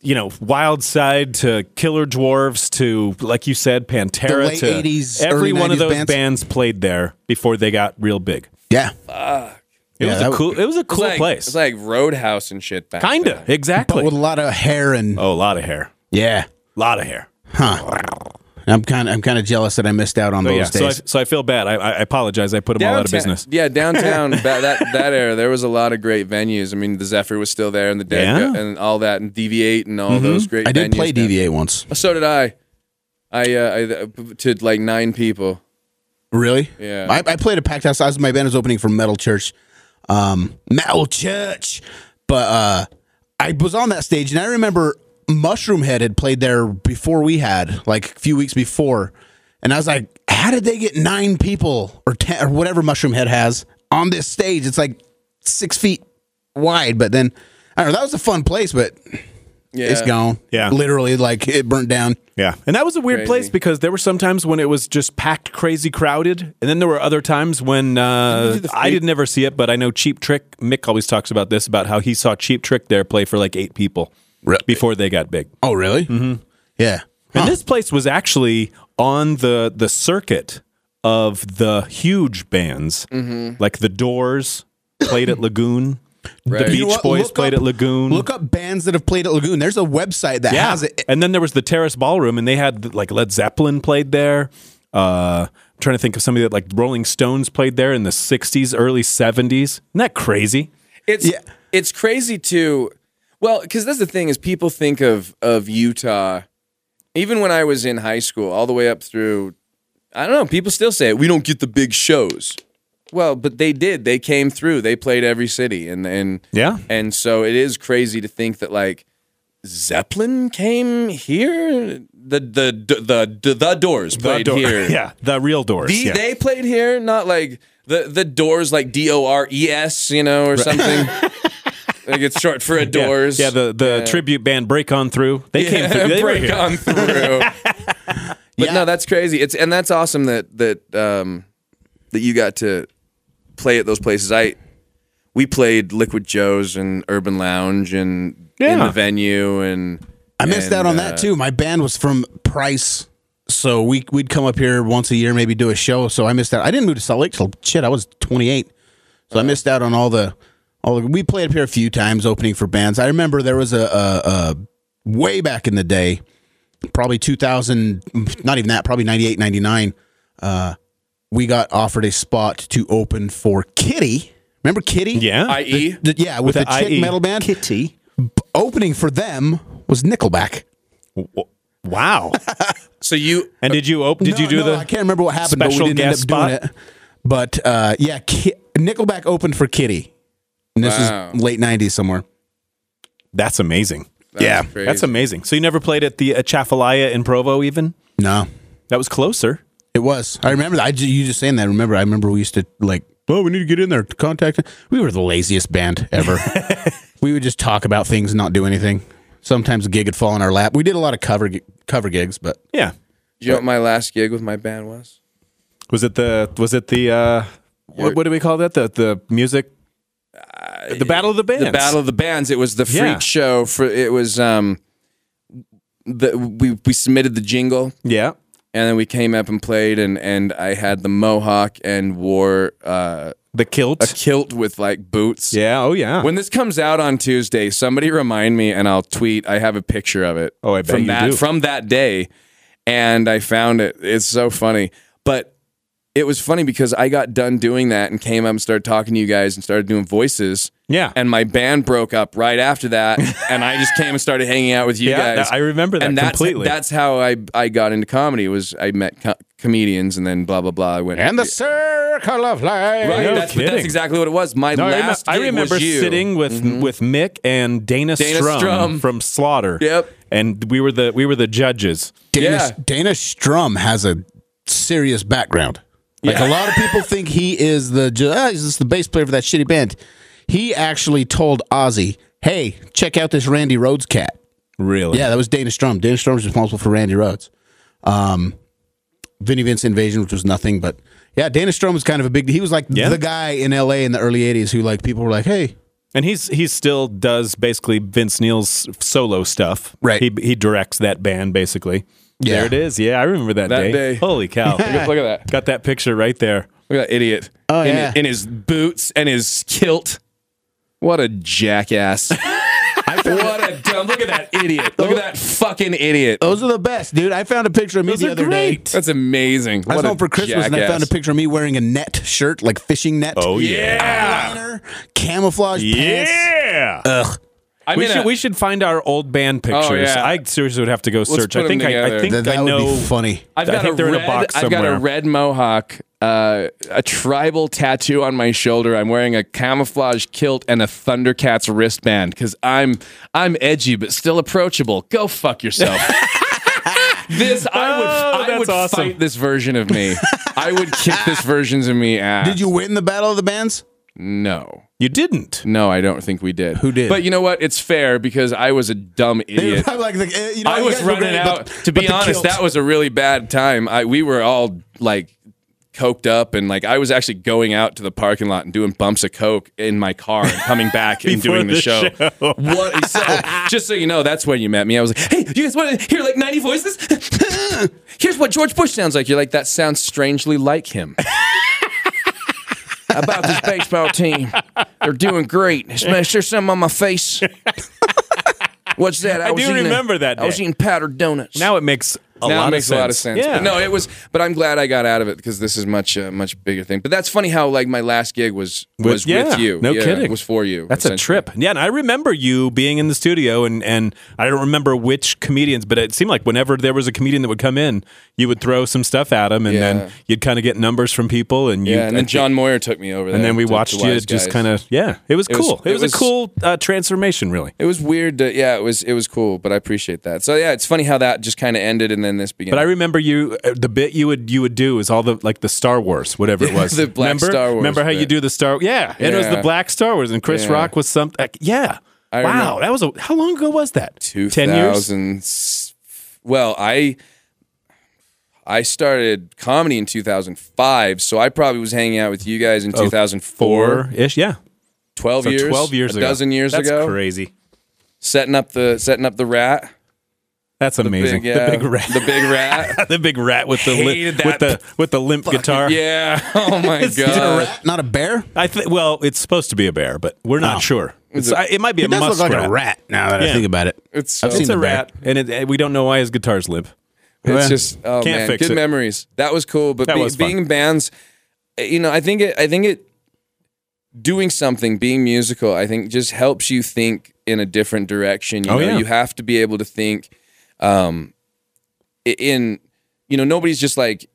Speaker 2: you know, Wild Side to Killer Dwarves to like you said, Pantera
Speaker 6: The late
Speaker 2: to
Speaker 6: 80s, early
Speaker 2: every one
Speaker 6: 90s
Speaker 2: of those
Speaker 6: bands.
Speaker 2: bands. played there before they got real big.
Speaker 6: Yeah,
Speaker 2: It
Speaker 6: Yeah,
Speaker 2: was a
Speaker 6: that-
Speaker 2: cool it was a
Speaker 3: It's
Speaker 2: cool
Speaker 3: like,
Speaker 2: place.
Speaker 3: It's like Roadhouse and shit back.
Speaker 2: Kinda.
Speaker 3: then.
Speaker 2: Exactly.
Speaker 6: but with a lot of hair and
Speaker 2: oh, a lot of hair.
Speaker 6: yeah,
Speaker 2: A lot of hair.
Speaker 6: huh? I'm kind of I'm kind of jealous that I missed out on
Speaker 2: So,
Speaker 6: those
Speaker 2: Oh, yeah, so I,
Speaker 6: days.
Speaker 2: so I feel bad. I, I I apologize. I put them all out of
Speaker 3: Downtown-
Speaker 2: business.
Speaker 6: <laughs>
Speaker 3: Yeah, downtown ba- that that era, there was a lot of great venues. I mean, the Zephyr was still there, and the Dead
Speaker 2: Yeah.
Speaker 3: and all that, and DV8 and all those great.
Speaker 6: Mm-hmm. I, did
Speaker 3: venues
Speaker 6: play
Speaker 3: down-
Speaker 6: DVA once.
Speaker 3: So did I. I, uh, I to like nine people.
Speaker 6: Really?
Speaker 3: Yeah.
Speaker 6: I, I played a packed house. I was my band was opening for Metal Church, um, Metal Church. But uh, I was on that stage, and I remember Mushroom Head had played there before we had, like a few weeks before, and I was like, "How did they get nine people or ten or whatever Mushroom Head has on this stage? It's like six feet wide." But then I don't know. That was a fun place, but
Speaker 3: Yeah,
Speaker 6: it's gone.
Speaker 2: Yeah.
Speaker 6: literally, like it burnt down.
Speaker 2: Yeah. And that was a weird
Speaker 3: Crazy.
Speaker 2: place because there were some times when it was just packed, crazy crowded. And then there were other times when uh, I did never see it, but I know Cheap Trick. Mick always talks about this about how he saw Cheap Trick there play for like eight people before they got big.
Speaker 6: Oh, really? Mm-hmm. Yeah.
Speaker 2: And this place was actually on the, the circuit of the huge bands, like The Doors played at Lagoon. The
Speaker 3: Right.
Speaker 2: Beach
Speaker 3: You know
Speaker 6: what?
Speaker 2: Boys
Speaker 6: Look
Speaker 2: played
Speaker 6: up-
Speaker 2: at Lagoon.
Speaker 6: Look up bands that have played at Lagoon. There's a website that
Speaker 2: Mm-hmm. Yeah.
Speaker 6: has it.
Speaker 2: And then there was the Terrace Ballroom, and they had like Led Zeppelin played there. Uh, I'm trying to think of somebody that like Rolling Stones played there in the 60s, early 70s. Isn't that crazy?
Speaker 3: It's
Speaker 6: Yeah.
Speaker 3: it's crazy to well, because that's the thing is people think of of Utah. Even when I was in high school, all the way up through, I don't know. People still say we don't get the big shows. Well, but they did. They came through. They played every city, and and
Speaker 2: Yeah.
Speaker 3: and so it is crazy to think that like Zeppelin came here. The the the the, the Doors
Speaker 2: The
Speaker 3: played
Speaker 2: door,
Speaker 3: here.
Speaker 2: <laughs> yeah, the real doors.
Speaker 3: The,
Speaker 2: yeah.
Speaker 3: They played here, not like the the doors, like D O R E S, you know, or
Speaker 2: <laughs>
Speaker 3: something. like it's short for a
Speaker 2: yeah.
Speaker 3: doors. <laughs>
Speaker 2: Yeah, the, the tribute band Break On Through. They came through. They were
Speaker 3: break
Speaker 2: here.
Speaker 3: on through.
Speaker 2: <laughs>
Speaker 3: but no, that's crazy. It's and that's awesome that that um that you got to play at those places. I we played Liquid Joe's and Urban Lounge and in
Speaker 2: Yeah.
Speaker 3: the venue and
Speaker 6: I missed
Speaker 3: and,
Speaker 6: out on
Speaker 3: uh,
Speaker 6: that too. My band was from Price, so we we'd come up here once a year, maybe do a show. So I missed out. I didn't move to Salt Lake till shit. I was 28, so I
Speaker 3: Uh-huh.
Speaker 6: missed out on all the all. The, we played up here a few times, opening for bands. I remember there was a, a, a way back in the day, probably 2000, not even that, probably 98, 99. Uh, we got offered a spot to open for Kitty. Remember Kitty?
Speaker 2: Yeah.
Speaker 3: I.E.
Speaker 6: The- yeah, with,
Speaker 2: E? With
Speaker 6: the
Speaker 2: the E.
Speaker 6: chick
Speaker 2: IE.
Speaker 6: metal band.
Speaker 5: Kitty.
Speaker 6: Opening for them was Nickelback.
Speaker 2: W- wow.
Speaker 3: So you
Speaker 2: and did you op- did
Speaker 6: No,
Speaker 2: you do
Speaker 6: no,
Speaker 2: the
Speaker 6: I can't remember what happened, but we
Speaker 2: special
Speaker 6: didn't end up
Speaker 2: guest spot?
Speaker 6: doing it. But uh, yeah, Ki- Nickelback opened for Kitty. And this
Speaker 3: Wow.
Speaker 6: is late '90s somewhere.
Speaker 2: That's amazing.
Speaker 3: That's
Speaker 6: yeah,
Speaker 3: crazy.
Speaker 2: That's amazing. So you never played at the uh, Chafalaya in Provo even?
Speaker 6: No,
Speaker 2: That was closer.
Speaker 6: it was. I remember. That. I ju- you just saying that. Remember? I remember we used to like. Oh, we need to get in there to contact. We were the laziest band
Speaker 2: <laughs>
Speaker 6: ever. we would just talk about things and not do anything. Sometimes a gig would fall in our lap. We did a lot of cover gi- cover gigs, but
Speaker 2: Yeah.
Speaker 3: you know what my last gig with my band was?
Speaker 2: Was it the was it the uh what, what do we call that? The the music the Battle of the Bands.
Speaker 3: Uh, The Battle of the Bands. It was the freak
Speaker 2: Yeah.
Speaker 3: show for it was um the we we submitted the jingle
Speaker 2: Yeah.
Speaker 3: and then we came up and played and and I had the mohawk and wore uh
Speaker 2: The kilt.
Speaker 3: a kilt with like boots.
Speaker 2: yeah, oh yeah.
Speaker 3: When this comes out on Tuesday, somebody remind me and I'll tweet. I have a picture of it.
Speaker 2: Oh, I bet
Speaker 3: from
Speaker 2: you
Speaker 3: that
Speaker 2: do.
Speaker 3: from that day, and I found it. It's so funny, but it was funny because I got done doing that and came up and started talking to you guys and started doing voices.
Speaker 2: Yeah.
Speaker 3: and my band broke up right after that, and I just came and started hanging out with you
Speaker 2: Yeah,
Speaker 3: guys.
Speaker 2: that- I remember that
Speaker 3: and that's,
Speaker 2: completely.
Speaker 3: That's how I I got into comedy. Was I met co- comedians and then blah blah blah. I went
Speaker 6: and the circle of life.
Speaker 3: Right, that's,
Speaker 2: No
Speaker 3: but that's
Speaker 2: kidding.
Speaker 3: exactly what it was. My
Speaker 2: No, I, remem-
Speaker 3: last
Speaker 2: I
Speaker 3: gig was
Speaker 2: remember
Speaker 3: you. Mm-hmm.
Speaker 2: sitting with with Mick and Dana,
Speaker 3: Dana
Speaker 2: Strum,
Speaker 3: Strum.
Speaker 2: from Slaughter.
Speaker 3: Yep.
Speaker 2: And we were the we were the judges.
Speaker 6: Dana,
Speaker 3: Yeah.
Speaker 6: Dana Strum has a serious background. Like a lot of people think he is the ju- ah, he's just the bass player for that shitty band. He actually told Ozzy, "Hey, check out this Randy Rhodes cat."
Speaker 2: Really?
Speaker 6: Yeah, that was Dana Strum. Dana Strum's responsible for Randy Rhodes, um, Vinnie Vince Invasion, which was nothing. But yeah, Dana Strum was kind of a big. He was like
Speaker 2: Yeah.
Speaker 6: the guy in L.A. in the early '80s who like people were like, "Hey,
Speaker 2: And he's he still does basically Vince Neil's solo stuff.
Speaker 6: Right.
Speaker 2: He he directs that band basically.
Speaker 6: Yeah.
Speaker 2: There it is. Yeah, I remember that,
Speaker 3: That day.
Speaker 2: Holy
Speaker 3: <laughs>
Speaker 2: cow.
Speaker 3: Look at that.
Speaker 2: Got that picture right there.
Speaker 3: Look at that idiot.
Speaker 6: Oh,
Speaker 3: in,
Speaker 6: yeah.
Speaker 3: in his boots and his kilt. What a
Speaker 6: <laughs>
Speaker 3: jackass. what a dumb. Look at that idiot. Look at that fucking idiot.
Speaker 6: those are the best, dude." I found a picture of me the
Speaker 2: are
Speaker 6: other
Speaker 2: great.
Speaker 6: day.
Speaker 3: That's amazing.
Speaker 6: I was
Speaker 3: What a
Speaker 6: home for Christmas and I
Speaker 3: jackass.
Speaker 6: found a picture of me wearing a net shirt, like fishing net.
Speaker 2: Oh yeah.
Speaker 6: Liner, camouflage pants.
Speaker 2: Yeah.
Speaker 3: I'm
Speaker 2: we
Speaker 3: in
Speaker 2: should
Speaker 3: a-
Speaker 2: we should find our old band pictures.
Speaker 3: uh, Oh, yeah.
Speaker 2: I seriously would have to go search.
Speaker 3: put
Speaker 2: I think
Speaker 3: them
Speaker 2: I,
Speaker 3: together.
Speaker 2: I think
Speaker 6: That, that
Speaker 2: I
Speaker 6: would
Speaker 2: know
Speaker 6: be funny.
Speaker 3: I've
Speaker 2: I
Speaker 3: got
Speaker 2: think
Speaker 3: a
Speaker 2: they're in a
Speaker 3: red,
Speaker 2: box
Speaker 3: I've got a
Speaker 2: somewhere.
Speaker 3: red mohawk, uh, a tribal tattoo on my shoulder. I'm wearing a camouflage kilt and a Thundercats wristband because I'm I'm edgy but still approachable. Go fuck
Speaker 2: <laughs>
Speaker 3: yourself. this I would
Speaker 2: Oh,
Speaker 3: I
Speaker 2: that's
Speaker 3: would
Speaker 2: awesome.
Speaker 3: fight this version of me. I would kick
Speaker 2: <laughs>
Speaker 3: this versions of me ass.
Speaker 6: Did you win the Battle of the Bands?
Speaker 3: No.
Speaker 2: you didn't.
Speaker 3: No, I don't think we did. Who
Speaker 6: did?
Speaker 3: But you know what? It's fair because I was a dumb
Speaker 6: They <laughs> were
Speaker 3: idiot.
Speaker 6: probably like, the- eh, you know,
Speaker 3: I
Speaker 6: you
Speaker 3: was
Speaker 6: guys were
Speaker 3: running
Speaker 6: great,
Speaker 3: out.
Speaker 6: but-
Speaker 3: to be
Speaker 6: but the
Speaker 3: honest,
Speaker 6: kilt-
Speaker 3: that was a really bad time. I we were all like coked up and like I was actually going out to the parking lot and doing bumps of coke in my car and coming back and
Speaker 2: Before
Speaker 3: doing the,
Speaker 2: the
Speaker 3: show. What? So, just so you know, that's when you met me. I was like, "Hey, you guys want to hear like 90 voices? <laughs> Here's what George Bush sounds like." You're like, "That sounds strangely like him." About this baseball team, they're doing great. There's something on my face. What's that? I,
Speaker 2: do
Speaker 3: eating
Speaker 2: remember that
Speaker 3: I was
Speaker 2: day.
Speaker 3: eating powdered donuts.
Speaker 2: Now it makes a
Speaker 3: now
Speaker 2: lot
Speaker 3: it makes
Speaker 2: of sense.
Speaker 3: a lot of sense.
Speaker 2: Yeah.
Speaker 3: But no, it was. But I'm glad I got out of it because this is much uh, much bigger thing. But that's funny how like my last gig was was with,
Speaker 2: yeah,
Speaker 3: you.
Speaker 2: no
Speaker 3: Yeah,
Speaker 2: kidding.
Speaker 3: Was for you.
Speaker 2: That's a
Speaker 3: essentially.
Speaker 2: trip. Yeah, and I remember you being in the studio, and, and I don't remember which comedians, but it seemed like whenever there was a comedian that would come in, you would throw some stuff at him, and
Speaker 3: Yeah.
Speaker 2: then you'd kind of get numbers from people, and you,
Speaker 3: Yeah, and
Speaker 2: I
Speaker 3: then
Speaker 2: think-
Speaker 3: John Moyer took me over. There
Speaker 2: and then we
Speaker 3: to- to
Speaker 2: watched you
Speaker 3: Wise
Speaker 2: just
Speaker 3: Guys.
Speaker 2: kind of yeah, it was
Speaker 3: It was-
Speaker 2: cool.
Speaker 3: it
Speaker 2: it was a
Speaker 3: was-
Speaker 2: cool uh, transformation, really.
Speaker 3: It was weird. To, yeah, it was it was cool, but I appreciate that. So yeah, it's funny how that just kind of ended and then this began.
Speaker 2: But I remember you uh, the bit you would you would do is all the like the Star Wars whatever it was
Speaker 3: <laughs> The Black
Speaker 2: remember?
Speaker 3: Star Wars
Speaker 2: remember how you
Speaker 3: bit.
Speaker 2: do the Star yeah, and it was
Speaker 3: Yeah.
Speaker 2: the Black Star Wars and Chris
Speaker 3: Yeah.
Speaker 2: Rock was something like, yeah
Speaker 3: I
Speaker 2: wow
Speaker 3: remember.
Speaker 2: that was a how long ago was that
Speaker 3: two
Speaker 2: ten years
Speaker 3: thousand. Well, I I started comedy in 2005, so I probably was hanging out with you guys in 2004.
Speaker 2: four ish yeah
Speaker 3: 12
Speaker 2: Oh, so
Speaker 3: years
Speaker 2: twelve years
Speaker 3: a
Speaker 2: ago
Speaker 3: dozen years
Speaker 2: That's
Speaker 3: ago
Speaker 2: crazy
Speaker 3: setting up the setting up the rat
Speaker 2: that's amazing
Speaker 3: Big, yeah,
Speaker 2: the big rat
Speaker 3: the big rat
Speaker 2: <laughs> the big rat with the li-
Speaker 3: Hated
Speaker 2: with
Speaker 3: that
Speaker 2: the with the limp guitar
Speaker 3: yeah oh my
Speaker 6: Is it a
Speaker 3: god
Speaker 6: rat, not a bear?
Speaker 2: I think well it's supposed to be a bear but we're not
Speaker 6: Oh.
Speaker 2: sure it's, I, it might be
Speaker 6: It
Speaker 2: a
Speaker 6: does look
Speaker 2: muskrat
Speaker 6: like a rat now that I
Speaker 2: Yeah.
Speaker 6: think about it.
Speaker 3: it's so, it's,
Speaker 6: seen
Speaker 2: it's a
Speaker 6: the bear.
Speaker 2: rat and it, and we don't know why his guitars limp
Speaker 6: Yeah.
Speaker 3: just oh
Speaker 2: Can't
Speaker 3: man
Speaker 2: fix
Speaker 3: good
Speaker 2: it.
Speaker 3: memories that was cool but
Speaker 2: That
Speaker 3: be-
Speaker 2: was fun.
Speaker 3: being in bands eh, you know I think it I think it doing something being musical I think just helps you think in a different direction you
Speaker 2: Oh,
Speaker 3: know
Speaker 2: yeah.
Speaker 3: you have to be able to think um i- in you know nobody's just like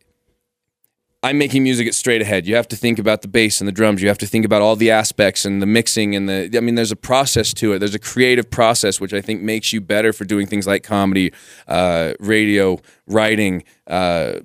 Speaker 3: I'm making music at straight ahead. You have to think about the bass and the drums. You have to think about all the aspects and the mixing and the. I mean, there's a process to it. There's a creative process which I think makes you better for doing things like comedy, uh, radio, writing, uh,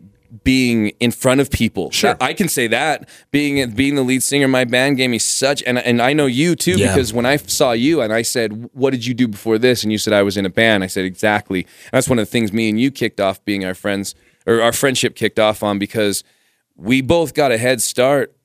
Speaker 3: being in front of people. Sure, I can say that being being the lead singer, my band gave me such and and I know you too
Speaker 6: Yeah.
Speaker 3: because when I saw you and I said, "What did you do before this?" and you said I was in a band, I said exactly. And that's one of the things me and you kicked off being our friends or our friendship kicked off on because we both got a head start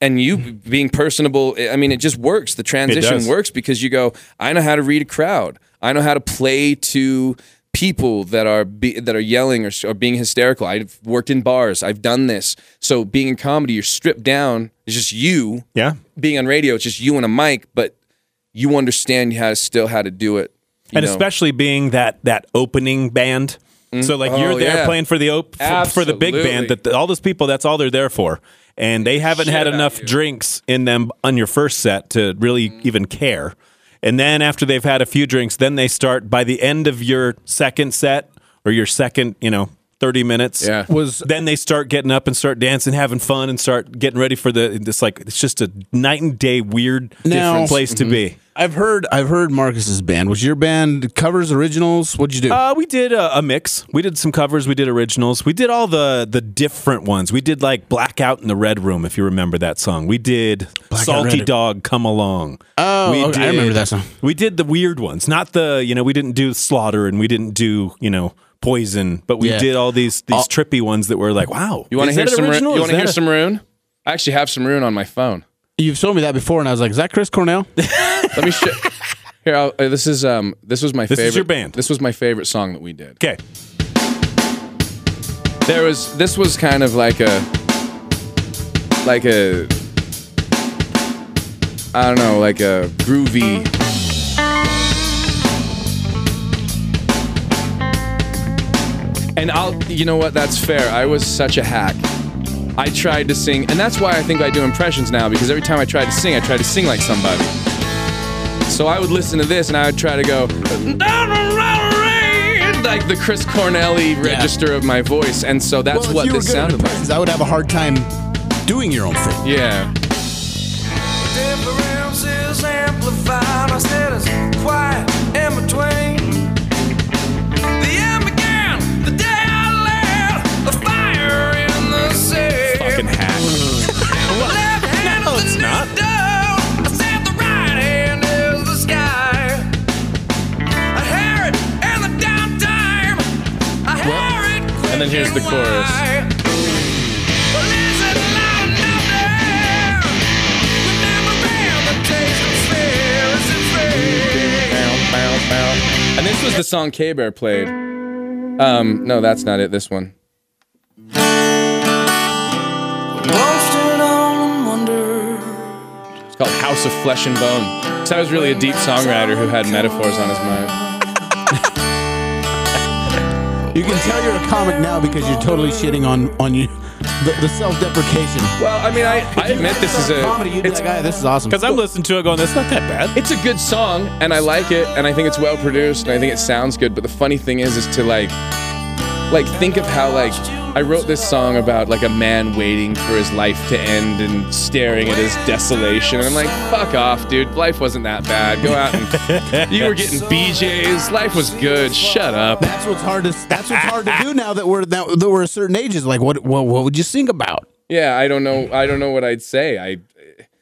Speaker 3: and you being personable i mean it just works the transition
Speaker 2: Hmm. does.
Speaker 3: works because you go i know how to read a crowd i know how to play to people that are be, that are yelling or, s- or being hysterical i've worked in bars i've done this so being in comedy you're stripped down it's just you
Speaker 2: Yeah.
Speaker 3: being on radio it's just you and a mic but you understand how to still how to do it you
Speaker 2: and
Speaker 3: know?
Speaker 2: especially being that that opening band. So like you're
Speaker 3: Oh,
Speaker 2: there
Speaker 3: yeah.
Speaker 2: playing for the op- f- for the big
Speaker 3: Absolutely.
Speaker 2: band that all those people that's all they're there for, and they haven't had enough drinks in them on your first set to really
Speaker 3: Mm-hmm.
Speaker 2: even care. And then after they've had a few drinks, then they start. By the end of your second set or your second, you know, thirty minutes,
Speaker 3: Yeah.
Speaker 6: Was-
Speaker 2: then they start getting up and start dancing, having fun, and start getting ready for the. It's like it's just a night and day weird
Speaker 6: Now-
Speaker 2: different place
Speaker 3: Mm-hmm.
Speaker 2: to be.
Speaker 6: I've heard I've heard Marcus's band. Was your band covers originals? What'd you do?
Speaker 2: Uh, we did a, a mix. We did some covers. We did originals. We did all the the different ones. We did like Blackout in the Red Room, if you remember that song. We did
Speaker 6: Blackout
Speaker 2: Salty
Speaker 6: Red-
Speaker 2: Dog Come Along.
Speaker 6: Oh, okay, I remember that song.
Speaker 2: We did the weird ones, not the you know we didn't do Slaughter and we didn't do you know Poison, but we
Speaker 6: Yeah.
Speaker 2: did all these these trippy ones that were like wow.
Speaker 3: you want to
Speaker 2: is
Speaker 3: hear
Speaker 2: that
Speaker 3: some Ru-
Speaker 2: original?
Speaker 3: you
Speaker 2: Is
Speaker 3: want to
Speaker 2: that
Speaker 3: hear
Speaker 2: a-
Speaker 3: some rune i actually have some rune on my phone
Speaker 6: You've told me that before, and I was like, "Is that Chris Cornell?"
Speaker 3: let me show here I'll, uh, this is um this was my
Speaker 2: This
Speaker 3: favorite
Speaker 2: is your band.
Speaker 3: this was my favorite song that we did
Speaker 2: Okay,
Speaker 3: there was this was kind of like a like a I don't know, like a groovy. And I'll, you know what? That's fair. I was such a hack. I tried to sing, and that's why I think I do impressions now because every time I tried to sing, I tried to sing like somebody. So I would listen to this and I would try to go like the Chris Cornelli register of my voice, and so that's
Speaker 6: if
Speaker 3: what
Speaker 6: you were
Speaker 3: this
Speaker 6: good at
Speaker 3: sounded like.
Speaker 6: impressions, I would have a hard time doing your own thing.
Speaker 3: Yeah.
Speaker 8: Difference is amplified. I said it's quiet in between. The end began the day I lit the fire in the sea.
Speaker 2: fucking hack.
Speaker 8: Left hand
Speaker 2: No,
Speaker 8: is
Speaker 2: it's
Speaker 8: the
Speaker 2: not.
Speaker 8: new dawn. I said the right hand is the sky. I hear it in the downtime. I hear it
Speaker 3: And then here's the
Speaker 8: quick and
Speaker 3: chorus.
Speaker 8: wide. Well, is it loud enough there? The memory of the taste of fear. Is it free?
Speaker 3: And this was the song K Bear played. Um, no, that's not it. This one.
Speaker 8: Roasted on wonder.
Speaker 3: It's called House of Flesh and Bone. So I was really a deep songwriter who had metaphors on his mind.
Speaker 6: You can tell you're a comic now because you're totally shitting on on you the, the self-deprecation.
Speaker 3: Well, I mean, I, I admit this is
Speaker 6: comedy.
Speaker 3: a
Speaker 6: You'd be
Speaker 3: it's,
Speaker 6: like, "Ah, this is awesome.
Speaker 2: Because I'm listening to it, going, that's not that bad.
Speaker 3: it's a good song, and I like it, and I think it's well produced, and I think it sounds good. But the funny thing is, is to like like think of how like I wrote this song about like a man waiting for his life to end and staring at his desolation. And I'm like, fuck off, dude. Life wasn't that bad. Go out and <laughs> you were getting BJ's. Life was good. Shut up.
Speaker 6: That's what's hard to that's what's hard to do now that we're that, that we're a certain ages. Like what, what what would you sing about?
Speaker 3: Yeah, I don't know. I don't know what I'd say. I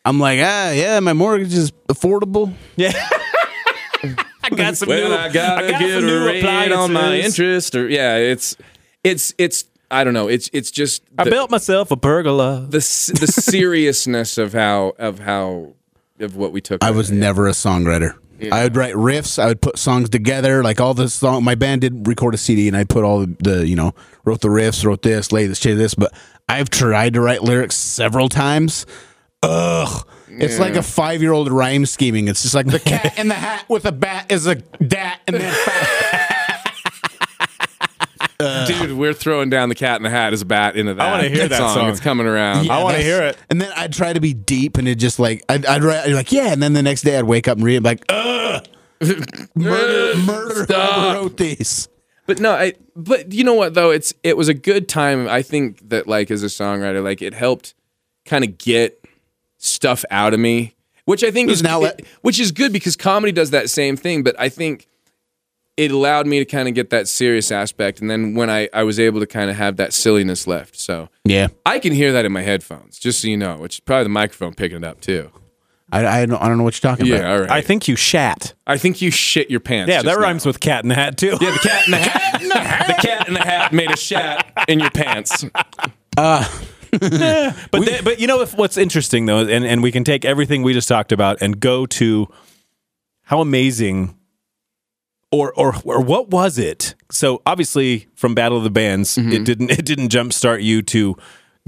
Speaker 6: I'm like, ah, yeah, my mortgage is affordable.
Speaker 2: I got some new. some
Speaker 3: get
Speaker 2: new appliances.
Speaker 3: interest. Or yeah, it's it's it's I don't know. It's it's just
Speaker 2: I
Speaker 3: the,
Speaker 2: built myself a pergola.
Speaker 3: the s- the seriousness of how of how of what we took.
Speaker 6: I was never a songwriter. I would write riffs. I would put songs together, like all the song. My band did record a CD, and I put all the, the you know wrote the riffs, wrote this, laid this, changed this. But I've tried to write lyrics several times. Ugh, it's like a five year old rhyme scheming. It's just like the cat in the hat with a bat is a dat, and then
Speaker 3: Dude, we're throwing down the cat in the hat as a bat into that.
Speaker 2: wanna hear that song.
Speaker 3: It's coming around.
Speaker 6: Yeah,
Speaker 2: wanna
Speaker 6: that's-
Speaker 2: hear it.
Speaker 6: And then I'd try to be deep, and it just like I'd, I'd write I'd be like yeah, and then the
Speaker 3: <laughs>
Speaker 6: next day I'd wake up and read it like ugh, murder, murder, whoever
Speaker 3: Stop.
Speaker 6: wrote these.
Speaker 3: But no, I but you know what though? It's it was a good time. I think that like as a songwriter, like it helped kind of get stuff out of me, which I think
Speaker 6: was
Speaker 3: is
Speaker 6: an outlet.
Speaker 3: it- which is good because comedy does that same thing, but I think it allowed me to kind of get that serious aspect and then when I I was able to kind of have that silliness left. So
Speaker 6: Yeah,
Speaker 3: I can hear that in my headphones, just so you know, which is probably the microphone picking it up too.
Speaker 6: I, I, don't, I don't know what you're talking
Speaker 3: Yeah,
Speaker 6: about.
Speaker 3: all right.
Speaker 2: I think you shat.
Speaker 3: I think you shit your pants.
Speaker 2: Yeah, that
Speaker 3: just now.
Speaker 2: rhymes with cat in the hat too.
Speaker 3: Yeah, the cat
Speaker 2: <laughs>
Speaker 3: in the <laughs> hat. the cat in the hat made a shat in your pants.
Speaker 2: But th- but you know if, what's interesting though, and and we can take everything we just talked about and go to how amazing. Or, or or what was it? So obviously from Battle of the Bands, it didn't it didn't jumpstart you to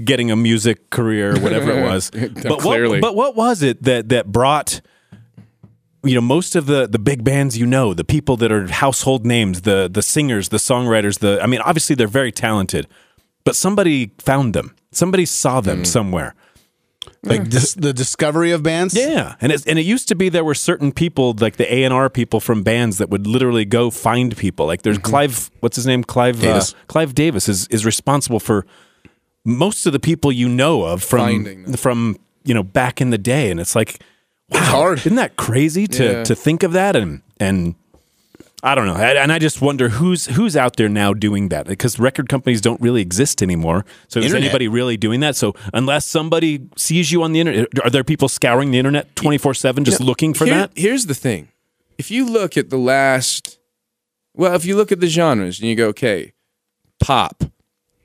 Speaker 2: getting a music career or whatever it was. but
Speaker 3: Clearly.
Speaker 2: what but what was it that that brought you know most of the the big bands you know, the people that are household names, the the singers, the songwriters, the I mean obviously they're very talented, but somebody found them. Somebody saw them somewhere.
Speaker 6: Like dis- the discovery of bands.
Speaker 2: Yeah, and it's, and it used to be there were certain people like the A and R people from bands that would literally go find people. Like there's Clive, what's his name, Clive
Speaker 6: Davis.
Speaker 2: Uh, Clive Davis is is responsible for most of the people you know of
Speaker 3: Finding
Speaker 2: from
Speaker 3: them.
Speaker 2: from you know back in the day, and it's like wow,
Speaker 6: hard.
Speaker 2: isn't that crazy to
Speaker 3: Yeah.
Speaker 2: to think of that and and. I don't know, I- and I just wonder who's who's out there now doing that because record companies don't really exist anymore. So is
Speaker 6: Internet.
Speaker 2: anybody really doing that? So unless somebody sees you on the internet, are there people scouring the internet twenty four seven just looking for
Speaker 3: Here-
Speaker 2: that?
Speaker 3: Here's the thing. If you look at the last, well, if you look at the genres and you go, okay, pop.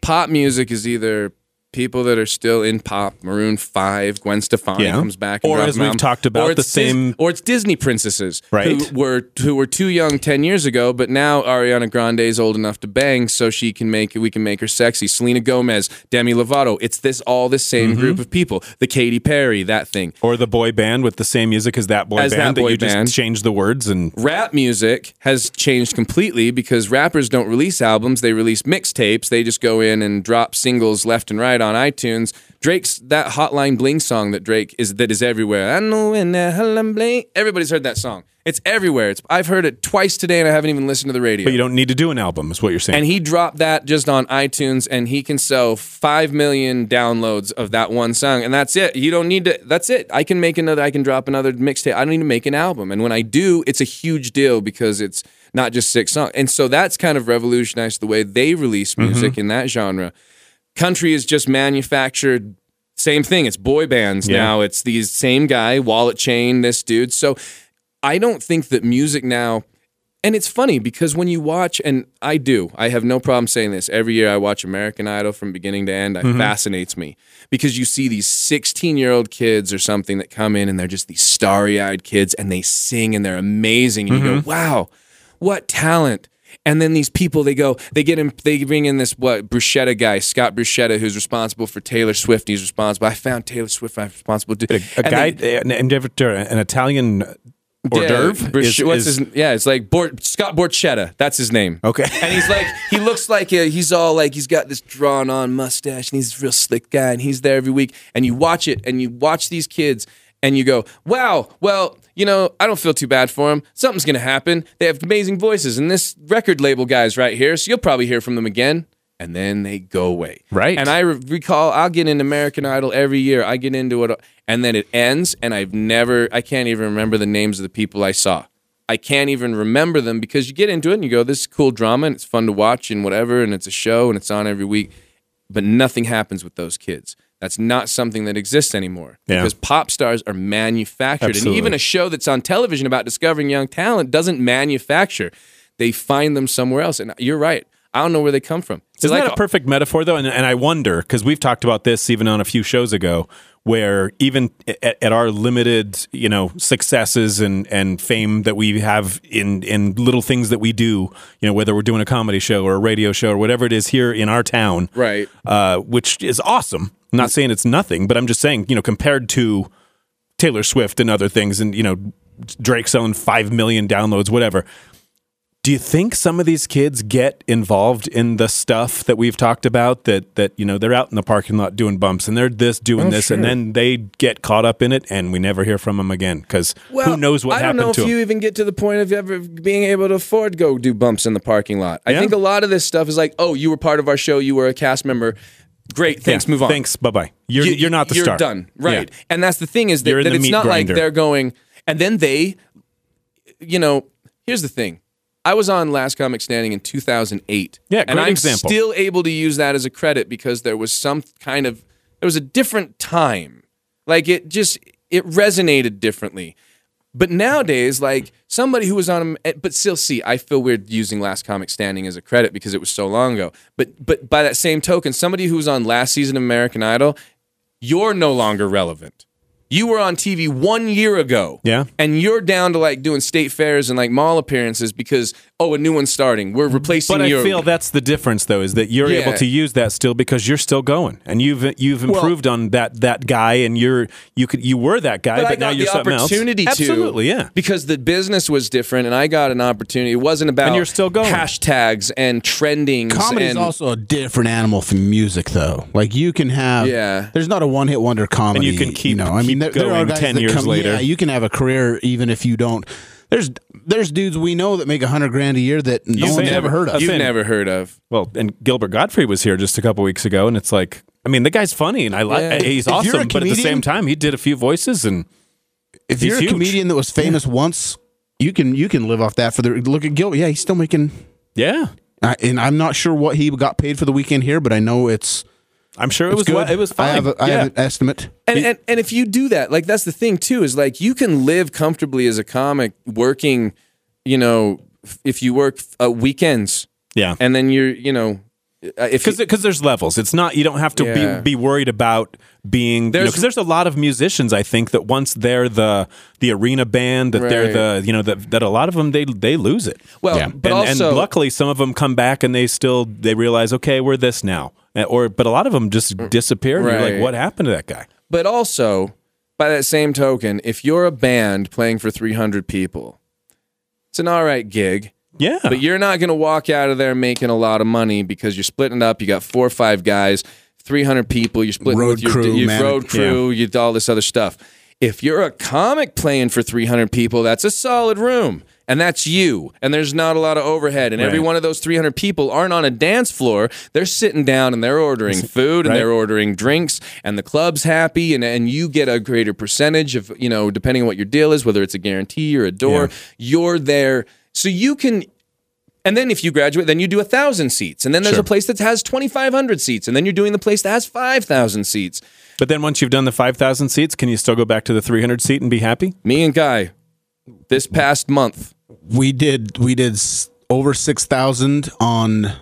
Speaker 3: Pop music is either people that are still in pop, Maroon 5, Gwen Stefani
Speaker 2: Yeah.
Speaker 3: comes back. and
Speaker 2: Or
Speaker 3: drops
Speaker 2: as
Speaker 3: an
Speaker 2: we've
Speaker 3: album.
Speaker 2: talked about,
Speaker 3: Or
Speaker 2: the
Speaker 3: it's Dis-
Speaker 2: same-
Speaker 3: or it's Disney princesses
Speaker 2: Right.
Speaker 3: who were who were too young 10 years ago, but now Ariana Grande is old enough to bang so she can make we can make her sexy. Selena Gomez, Demi Lovato, it's this all the same
Speaker 2: Mm-hmm.
Speaker 3: group of people. The Katy Perry, that thing.
Speaker 2: Or the boy band with the same music as that boy
Speaker 3: As
Speaker 2: band
Speaker 3: that boy
Speaker 2: you
Speaker 3: band.
Speaker 2: just change the words and
Speaker 3: rap music has changed completely because rappers don't release albums they release mixtapes they just go in and drop singles left and right on itunes drake's that hotline bling song that drake is that is everywhere i know in the hotline bling everybody's heard that song it's everywhere it's i've heard it twice today and i haven't even listened to the radio
Speaker 2: but you don't need to do an album is what you're saying.
Speaker 3: and he dropped that just on iTunes, and he can sell five million downloads of that one song, and that's it. You don't need to. That's it. I can make another. I can drop another mixtape. I don't need to make an album, and when I do, it's a huge deal because it's not just six songs. And so that's kind of revolutionized the way they release music in that genre. Country is just manufactured. Same thing. It's boy bands now. It's these same guy, Wallet Chain, this dude. So I don't think that music now and it's funny because when you watch, and I do, I have no problem saying this. Every year I watch American Idol from beginning to end. It
Speaker 2: Mm-hmm.
Speaker 3: fascinates me because you see these 16 year old kids or something that come in and they're just these starry eyed kids and they sing and they're amazing. And
Speaker 2: Mm-hmm.
Speaker 3: you go, wow, what talent. And then these people, they go, they get him, they bring in this what Bruschetta guy, Scott Bruschetta, who's responsible for Taylor Swift. He's responsible. I found Taylor Swift. I'm responsible. To,
Speaker 2: a guy uh, named an Italian uh, hors d'oeuvre.
Speaker 3: Brusch-
Speaker 2: is-
Speaker 3: what's
Speaker 2: is-
Speaker 3: his? Yeah, it's like Bor- Scott Borchetta. That's his name. <laughs>
Speaker 2: Okay.
Speaker 3: and he's like, he looks like a, he's all like, he's got this drawn on mustache, and he's this real slick guy, and he's there every week. And you watch it, and you watch these kids, and you go, wow, well. You know, I don't feel too bad for them. Something's gonna happen. They have amazing voices, and this record label guy's right here, so you'll probably hear from them again. And then they go away.
Speaker 2: Right.
Speaker 3: And I re- recall I'll get into American Idol every year. I get into it, and then it ends, and I've never, I can't even remember the names of the people I saw. I can't even remember them because you get into it and you go, this is cool drama and it's fun to watch and whatever, and it's a show and it's on every week, but nothing happens with those kids. That's not something that exists anymore
Speaker 2: Yeah.
Speaker 3: because pop stars are manufactured, and
Speaker 2: Absolutely.
Speaker 3: even a show that's on television about discovering young talent doesn't manufacture. They find them somewhere else, and you're right. I don't know where they come from. It's
Speaker 2: Isn't
Speaker 3: like
Speaker 2: that a perfect metaphor though? And, and I wonder because we've talked about this even on a few shows ago, where even at, at our limited, you know, successes and and fame that we have in in little things that we do, you know, whether we're doing a comedy show or a radio show or whatever it is here in our town,
Speaker 3: Right.
Speaker 2: Uh, which is awesome. I'm not saying it's nothing, but I'm just saying, you know, compared to Taylor Swift and other things, and you know, Drake selling five million downloads, whatever do you think some of these kids get involved in the stuff that we've talked about that that you know they're out in the parking lot doing bumps and they're this doing
Speaker 3: Oh,
Speaker 2: this and then they get caught up in it and we never hear from them again because who knows what
Speaker 3: I
Speaker 2: happened
Speaker 3: don't know
Speaker 2: to
Speaker 3: if
Speaker 2: them
Speaker 3: you even get to the point of ever being able to afford go do bumps in the parking lot. I
Speaker 2: Yeah.
Speaker 3: think a lot of this stuff is like, oh, you were part of our show, you were a cast member. Great, thanks,
Speaker 2: Yeah,
Speaker 3: move on.
Speaker 2: thanks bye bye you're,
Speaker 3: You-
Speaker 2: you, are not the
Speaker 3: you're
Speaker 2: star
Speaker 3: done, right?
Speaker 2: Yeah.
Speaker 3: And that's the thing is that,
Speaker 2: You're in
Speaker 3: that
Speaker 2: the
Speaker 3: it's
Speaker 2: meat
Speaker 3: not
Speaker 2: grinder.
Speaker 3: like they're going. And then they, you know, here's the thing. I was on Last Comic Standing in 2008.
Speaker 2: Yeah,
Speaker 3: and
Speaker 2: great
Speaker 3: I'm
Speaker 2: example.
Speaker 3: still able to use that as a credit because there was some kind of there was a different time. Like it just it resonated differently. But nowadays, like somebody who was on, a- but still, see, I feel weird using Last Comic Standing as a credit because it was so long ago. But but by that same token, somebody who was on last season of American Idol, you're no longer relevant. You were on TV one year ago,
Speaker 2: Yeah.
Speaker 3: and you're down to like doing state fairs and like mall appearances because oh, a new one's starting. We're replacing
Speaker 2: but
Speaker 3: your.
Speaker 2: I feel that's the difference, though, is that you're
Speaker 3: Yeah.
Speaker 2: able to use that still because you're still going, and you've you've improved on that that guy, and you're you could you were that guy,
Speaker 3: but
Speaker 2: but,
Speaker 3: I
Speaker 2: now
Speaker 3: got
Speaker 2: you're
Speaker 3: the
Speaker 2: something else.
Speaker 3: opportunity to
Speaker 2: absolutely, yeah.
Speaker 3: because the business was different, and I got an opportunity. It wasn't about
Speaker 2: And you're still going.
Speaker 3: hashtags and trendings.
Speaker 6: Comedy is
Speaker 3: and,
Speaker 6: also a different animal from music, though. Like you can have,
Speaker 3: Yeah.
Speaker 6: There's not a one-hit wonder comedy,
Speaker 2: you can keep-
Speaker 6: You know, I mean,
Speaker 2: keep
Speaker 6: there, there are
Speaker 2: going
Speaker 6: guys
Speaker 2: 10
Speaker 6: that
Speaker 2: years
Speaker 6: come-
Speaker 2: later.
Speaker 6: Yeah, you can have a career even if you don't. There's there's dudes we know that make a hundred grand a year that no
Speaker 2: You've
Speaker 6: one's
Speaker 2: never-
Speaker 6: ever heard of.
Speaker 2: I've
Speaker 3: You've
Speaker 2: been-
Speaker 3: never heard of.
Speaker 2: Well, and Gilbert Godfrey was here just a couple weeks ago, and it's like, I mean, the guy's funny, and I like
Speaker 3: Yeah.
Speaker 2: he's
Speaker 6: If you're a
Speaker 2: awesome, but at the
Speaker 6: comedian-
Speaker 2: same time, he did a few voices, and
Speaker 6: if
Speaker 2: he's
Speaker 6: you're a
Speaker 2: huge.
Speaker 6: comedian that was famous once, you can you can live off that for the look at Gil. Yeah, he's still making.
Speaker 2: yeah,
Speaker 6: I, and I'm not sure what he got paid for the weekend here, but I know it's
Speaker 2: I'm sure it
Speaker 6: it's
Speaker 2: was
Speaker 6: good.
Speaker 2: well- it was fine.
Speaker 6: I have, a, I
Speaker 2: yeah.
Speaker 6: have an estimate.
Speaker 3: And, and and if you do that, like that's the thing too, is like you can live comfortably as a comic working, you know, f- if you work uh, weekends
Speaker 2: yeah.
Speaker 3: and then you're, you know, uh, if you-
Speaker 2: because because there's levels. It's not you don't have to
Speaker 3: Yeah.
Speaker 2: be, be worried about being because
Speaker 3: There's-
Speaker 2: there's, there's a lot of musicians I think that once they're the the arena band that they're
Speaker 3: Right.
Speaker 2: the you know that that a lot of them they they lose it.
Speaker 3: Well, Yeah. but
Speaker 2: and, and
Speaker 3: also-
Speaker 2: luckily some of them come back and they still they realize okay we're this now Uh, or but a lot of them just disappear. and You're
Speaker 3: Mm. Right.
Speaker 2: like what happened to that guy?
Speaker 3: but also by that same token, if you're a band playing for 300 people, it's an all right gig.
Speaker 2: Yeah,
Speaker 3: but you're not going to walk out of there making a lot of money because you're splitting it up. You got four or five guys, 300 people. You're splitting
Speaker 6: Road
Speaker 3: with your,
Speaker 6: crew,
Speaker 3: your
Speaker 6: man-
Speaker 3: road crew, you all this other stuff. If you're a comic playing for 300 people, that's a solid room. And that's you. And there's not a lot of overhead. And every
Speaker 2: Right.
Speaker 3: one of those 300 people aren't on a dance floor. They're sitting down and they're ordering food and
Speaker 2: right.
Speaker 3: they're ordering drinks. And the club's happy. And, and you get a greater percentage of, you know, depending on what your deal is, whether it's a guarantee or a door, you're there. So you can and then if you graduate, then you do a thousand seats, and then there's a place that has twenty five hundred seats, and then you're doing the place that has five thousand seats.
Speaker 2: but then once you've done the five thousand seats, can you still go back to the three hundred seat and be happy?
Speaker 3: Me and Guy, this past month,
Speaker 6: we did we did s- over 6000 on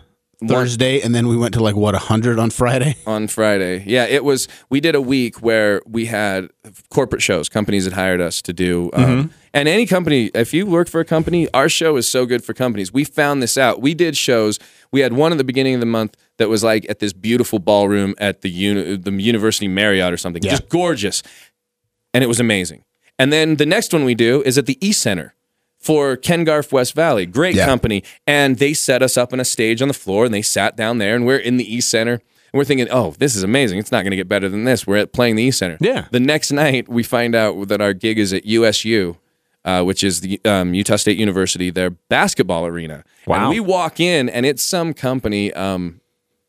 Speaker 6: thursday and then we went to like what 100 on friday
Speaker 3: on Friday. Yeah, it was. We did a week where we had corporate shows, companies that hired us to do. Um, And any company, if you work for a company, our show is so good for companies. We found this out. We did shows. We had one at the beginning of the month that was like at this beautiful ballroom at the uni- the University Marriott or something, just gorgeous, and it was amazing. And then the next one we do is at the East Center. For Ken Garf West Valley, great company. And they set us up on a stage on the floor and they sat down there and we're in the East Center. And we're thinking, oh, this is amazing. It's not going to get better than this. We're at playing the East Center.
Speaker 2: Yeah.
Speaker 3: The next night, we find out that our gig is at USU, uh, which is the um, Utah State University, their basketball arena.
Speaker 2: Wow.
Speaker 3: And we walk in, and it's some company, um,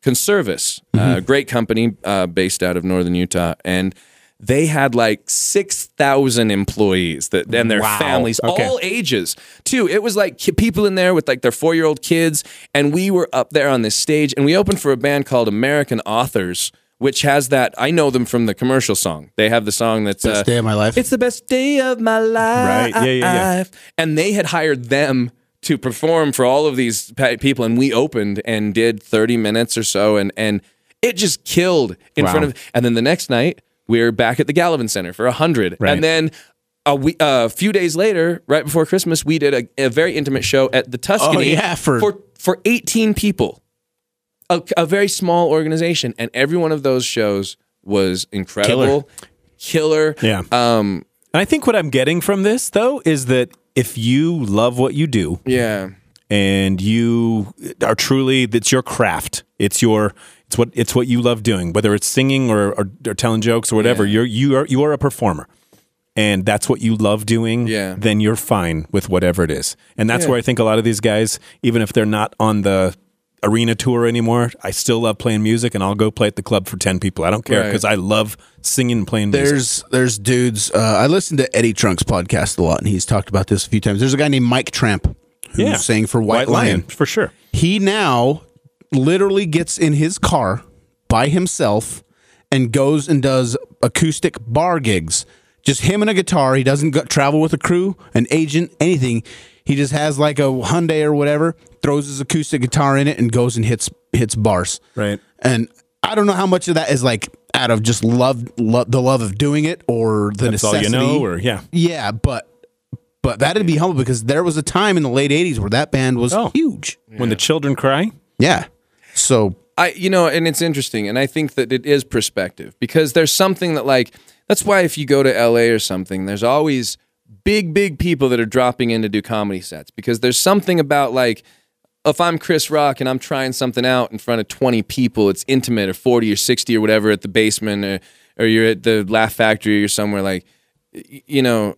Speaker 3: Conservice, uh, great company uh, based out of Northern Utah, and they had like six thousand employees that and their families, all ages too. It was like ki- people in there with like their four year old kids, and we were up there on this stage, and we opened for a band called American Authors. Which has that? I know them from the commercial song. They have the song that's uh,
Speaker 6: Best day of my life.
Speaker 3: It's the best day of my life.
Speaker 2: yeah, yeah, yeah.
Speaker 3: And they had hired them to perform for all of these pa- people, and we opened and did 30 minutes or so, and and it just killed in front of. And then the next night, we are back at the Gallivan Center for 100, and then. A, we, a few days later, right before Christmas, we did a, a very intimate show at the Tuscany
Speaker 6: yeah, for-
Speaker 3: for for 18 people a, a very small organization, and every one of those shows was incredible, killer.
Speaker 2: Yeah.
Speaker 3: Um.
Speaker 2: And I think what I'm getting from this though is that if you love what you do,
Speaker 3: Yeah.
Speaker 2: and you are truly that's your craft. It's your it's what it's what you love doing, whether it's singing or or, or telling jokes or whatever. You're you are you are a performer. And that's what you love doing,
Speaker 3: Yeah.
Speaker 2: then you're fine with whatever it is. And that's
Speaker 3: Yeah.
Speaker 2: where I think a lot of these guys, even if they're not on the arena tour anymore, I still love playing music and I'll go play at the club for 10 people. I don't care
Speaker 3: Right.
Speaker 2: because I love singing and playing music.
Speaker 6: There's there's dudes. Uh, I listened to Eddie Trunk's podcast a lot, and he's talked about this a few times. There's a guy named Mike Tramp who sang for White, Lion.
Speaker 2: For sure.
Speaker 6: He now literally gets in his car by himself and goes and does acoustic bar gigs. Just him and a guitar. He doesn't go- travel with a crew, an agent, anything. He just has like a Hyundai or whatever, throws his acoustic guitar in it, and goes and hits hits bars.
Speaker 2: Right.
Speaker 6: And I don't know how much of that is like out of just love, lo- the love of doing it, or the
Speaker 2: That's all you
Speaker 6: necessity.
Speaker 2: know, or yeah.
Speaker 6: yeah, but but that'd be humble because there was a time in the late '80s where that band was
Speaker 2: Oh.
Speaker 6: huge.
Speaker 2: When the children cry,
Speaker 6: Yeah. So
Speaker 3: I you know, and it's interesting, and I think that it is perspective because there's something that like that's why if you go to LA or something, there's always big, big people that are dropping in to do comedy sets because there's something about like if I'm Chris Rock and I'm trying something out in front of 20 people, it's intimate or 40 or 60 or whatever at the basement or or you're at the Laugh Factory or somewhere like y- you know,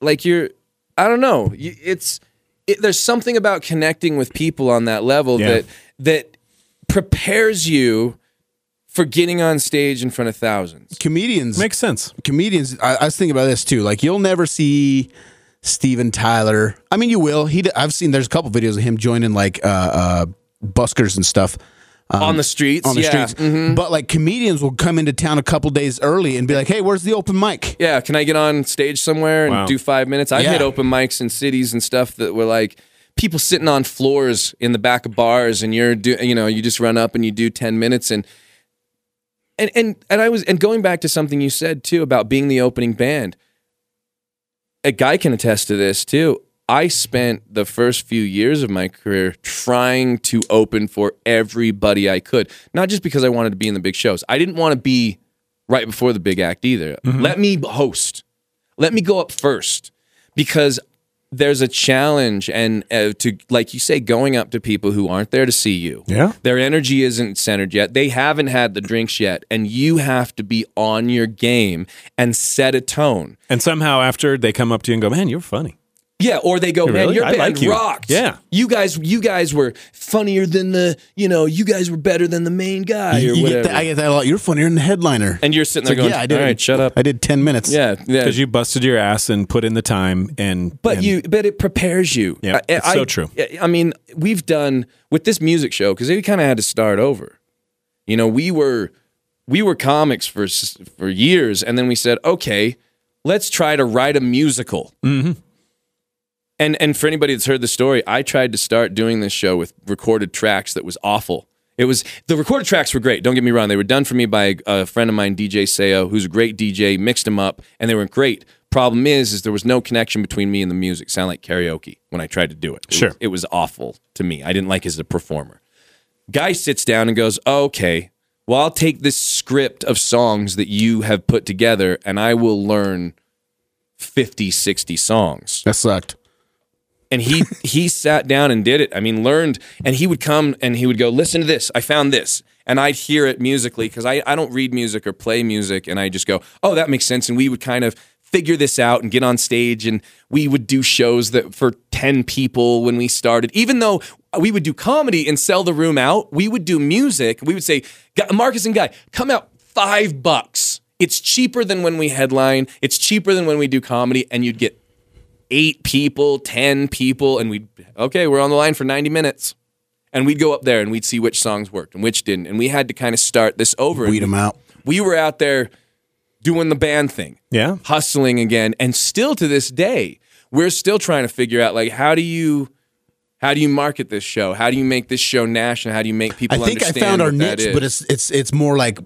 Speaker 3: like you're i don't know You- it's it, there's something about connecting with people on that level
Speaker 2: Yeah.
Speaker 3: that that prepares you for getting on stage in front of thousands
Speaker 6: comedians,
Speaker 2: makes sense.
Speaker 6: comedians. I, I was thinking about this too. Like you'll never see Steven Tyler. I mean, you will. He. d- I've seen. There's a couple videos of him joining like uh, uh, buskers and stuff. um,
Speaker 3: on the streets
Speaker 6: on the
Speaker 3: yeah. Mm, mm-hmm.
Speaker 6: streets, but like comedians will come into town a couple days early and be like, "Hey, where's the open mic?"
Speaker 3: yeah can i get on stage somewhere and
Speaker 2: Wow.
Speaker 3: do five minutes i've
Speaker 6: Yeah.
Speaker 3: hit open mics in cities and stuff that were like people sitting on floors in the back of bars and you're do, you know you just run up and you do 10 minutes and and and and I was and going back to something you said too about being the opening band. A guy can attest to this too. I spent the first few years of my career trying to open for everybody I could, not just because I wanted to be in the big shows. I didn't want to be right before the big act either. Let me host. Let me go up first because there's a challenge and uh, to like you say going up to people who aren't there to see you
Speaker 2: Yeah.
Speaker 3: their energy isn't centered yet. They haven't had the drinks yet. And you have to be on your game and set a tone.
Speaker 2: And somehow after they come up to you and go, "Man, you're funny."
Speaker 3: Yeah, or they go, man,
Speaker 2: really?
Speaker 3: your
Speaker 2: I
Speaker 3: band
Speaker 2: like you."
Speaker 3: rocked.
Speaker 2: Yeah.
Speaker 3: you guys, you guys were funnier than the, you know, you guys were better than the main guy or
Speaker 6: You- you get
Speaker 3: whatever.
Speaker 6: that- I get that a lot. You're funnier than the headliner.
Speaker 3: and you're sitting
Speaker 6: It's
Speaker 3: there
Speaker 6: like,
Speaker 3: going,
Speaker 6: "Yeah, I did.
Speaker 3: all right, shut up.
Speaker 6: I did ten minutes.
Speaker 3: yeah, yeah.
Speaker 2: Because you busted your ass and put in the time, and
Speaker 3: but
Speaker 2: and-
Speaker 3: you but it prepares you
Speaker 2: Yeah,
Speaker 3: I-
Speaker 2: it's
Speaker 3: I-
Speaker 2: so true.
Speaker 3: I- i mean we've done with this music show because we kind of had to start over you know we were we were comics for s- for years and then we said okay let's try to write a musical mm-hmm. and and for anybody that's heard the story i tried to start doing this show with recorded tracks that was awful it was the recorded tracks were great. Don't get me wrong; they were done for me by a, a friend of mine, DJ Seo, who's a great DJ. Mixed them up, and they were great. Problem is, is there was no connection between me and the music. Sound like karaoke when I tried to do it. It
Speaker 2: Sure.
Speaker 3: was, it was awful to me. I didn't like it as a performer. Guy sits down and goes, "Okay, well, I'll take this script of songs that you have put together, and I will learn 50, 60 songs."
Speaker 6: that sucked.
Speaker 3: and he <laughs> he sat down and did it. I mean, learned, and he would come and he would go, "Listen to this. I found this," and I'd hear it musically because I I don't read music or play music, and I just go, "Oh, that makes sense." And we would kind of figure this out and get on stage, and we would do shows that for ten people when we started, even though. We would do comedy and sell the room out. We would do music. We would say, "Gu- Marcus and Guy, come out five bucks. It's cheaper than when we headline. It's cheaper than when we do comedy, and you'd get eight people, 10 people, and we'd, okay, we're on the line for 90 minutes. And we'd go up there and we'd see which songs worked and which didn't. And we had to kind of start this over.
Speaker 6: Weed
Speaker 3: And
Speaker 6: them out.
Speaker 3: We were out there doing the band thing,
Speaker 2: yeah,
Speaker 3: hustling again. And still to this day, we're still trying to figure out like, how do you. How do you market this show? How do you make this show national? How do you make people?
Speaker 6: I think I
Speaker 3: understand
Speaker 6: found our
Speaker 3: what that
Speaker 6: niche,
Speaker 3: is?
Speaker 6: but it's it's it's more like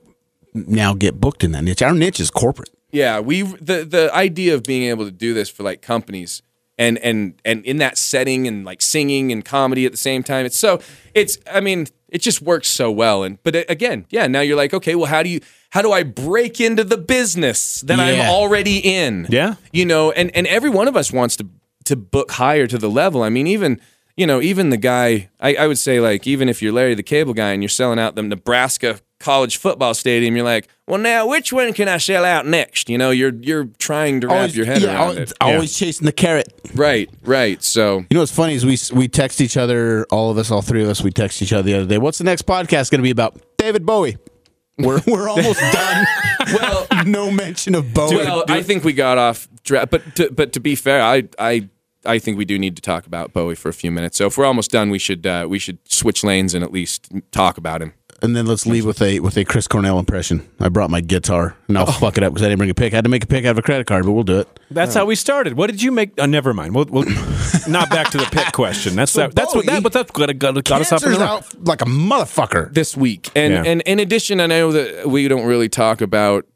Speaker 6: now get booked in that niche. Our niche is corporate.
Speaker 3: Yeah, we the the idea of being able to do this for like companies and and and in that setting and like singing and comedy at the same time. It's so it's I mean it just works so well. And but uh, again, yeah, now you're like okay, well how do you how do I break into the business that I'm
Speaker 6: Yeah.
Speaker 3: already in?
Speaker 2: Yeah.
Speaker 3: you know, and and every one of us wants to to book higher to the level. I mean even. you know, even the guy, I, I would say, like, even if you're Larry the Cable Guy and you're selling out the Nebraska college football stadium, you're like, well, now which one can I sell out next? You know, you're you're trying to wrap your head
Speaker 6: yeah,
Speaker 3: around
Speaker 6: always,
Speaker 3: it.
Speaker 6: always chasing the carrot.
Speaker 3: Right, right. So
Speaker 6: You know what's funny is we we text each other, all of us, all three of us, we text each other the other day. What's the next podcast going to be about? David Bowie. We're we're almost done.
Speaker 3: well,
Speaker 6: <laughs> no mention of Bowie.
Speaker 3: well, I think we got off dra But to, but to be fair, I I I think we do need to talk about Bowie for a few minutes. So if we're almost done, we should uh, we should switch lanes and at least talk about him.
Speaker 6: and then let's leave with a with a Chris Cornell impression. I brought my guitar, and I'll fuck it up because I didn't bring a pick. I had to make a pick out of a credit card, but we'll do it.
Speaker 3: Oh.
Speaker 2: That's how we started. What did you make? Oh, never mind. We'll,
Speaker 3: <laughs>
Speaker 2: we'll not back to the pit question. That's that, that's what
Speaker 6: Bowie-
Speaker 2: that, but that's got, got, got us up in
Speaker 6: Cancer's
Speaker 2: the
Speaker 6: out like a motherfucker.
Speaker 3: this week. And
Speaker 2: Yeah.
Speaker 3: and in addition, I know that we don't really talk about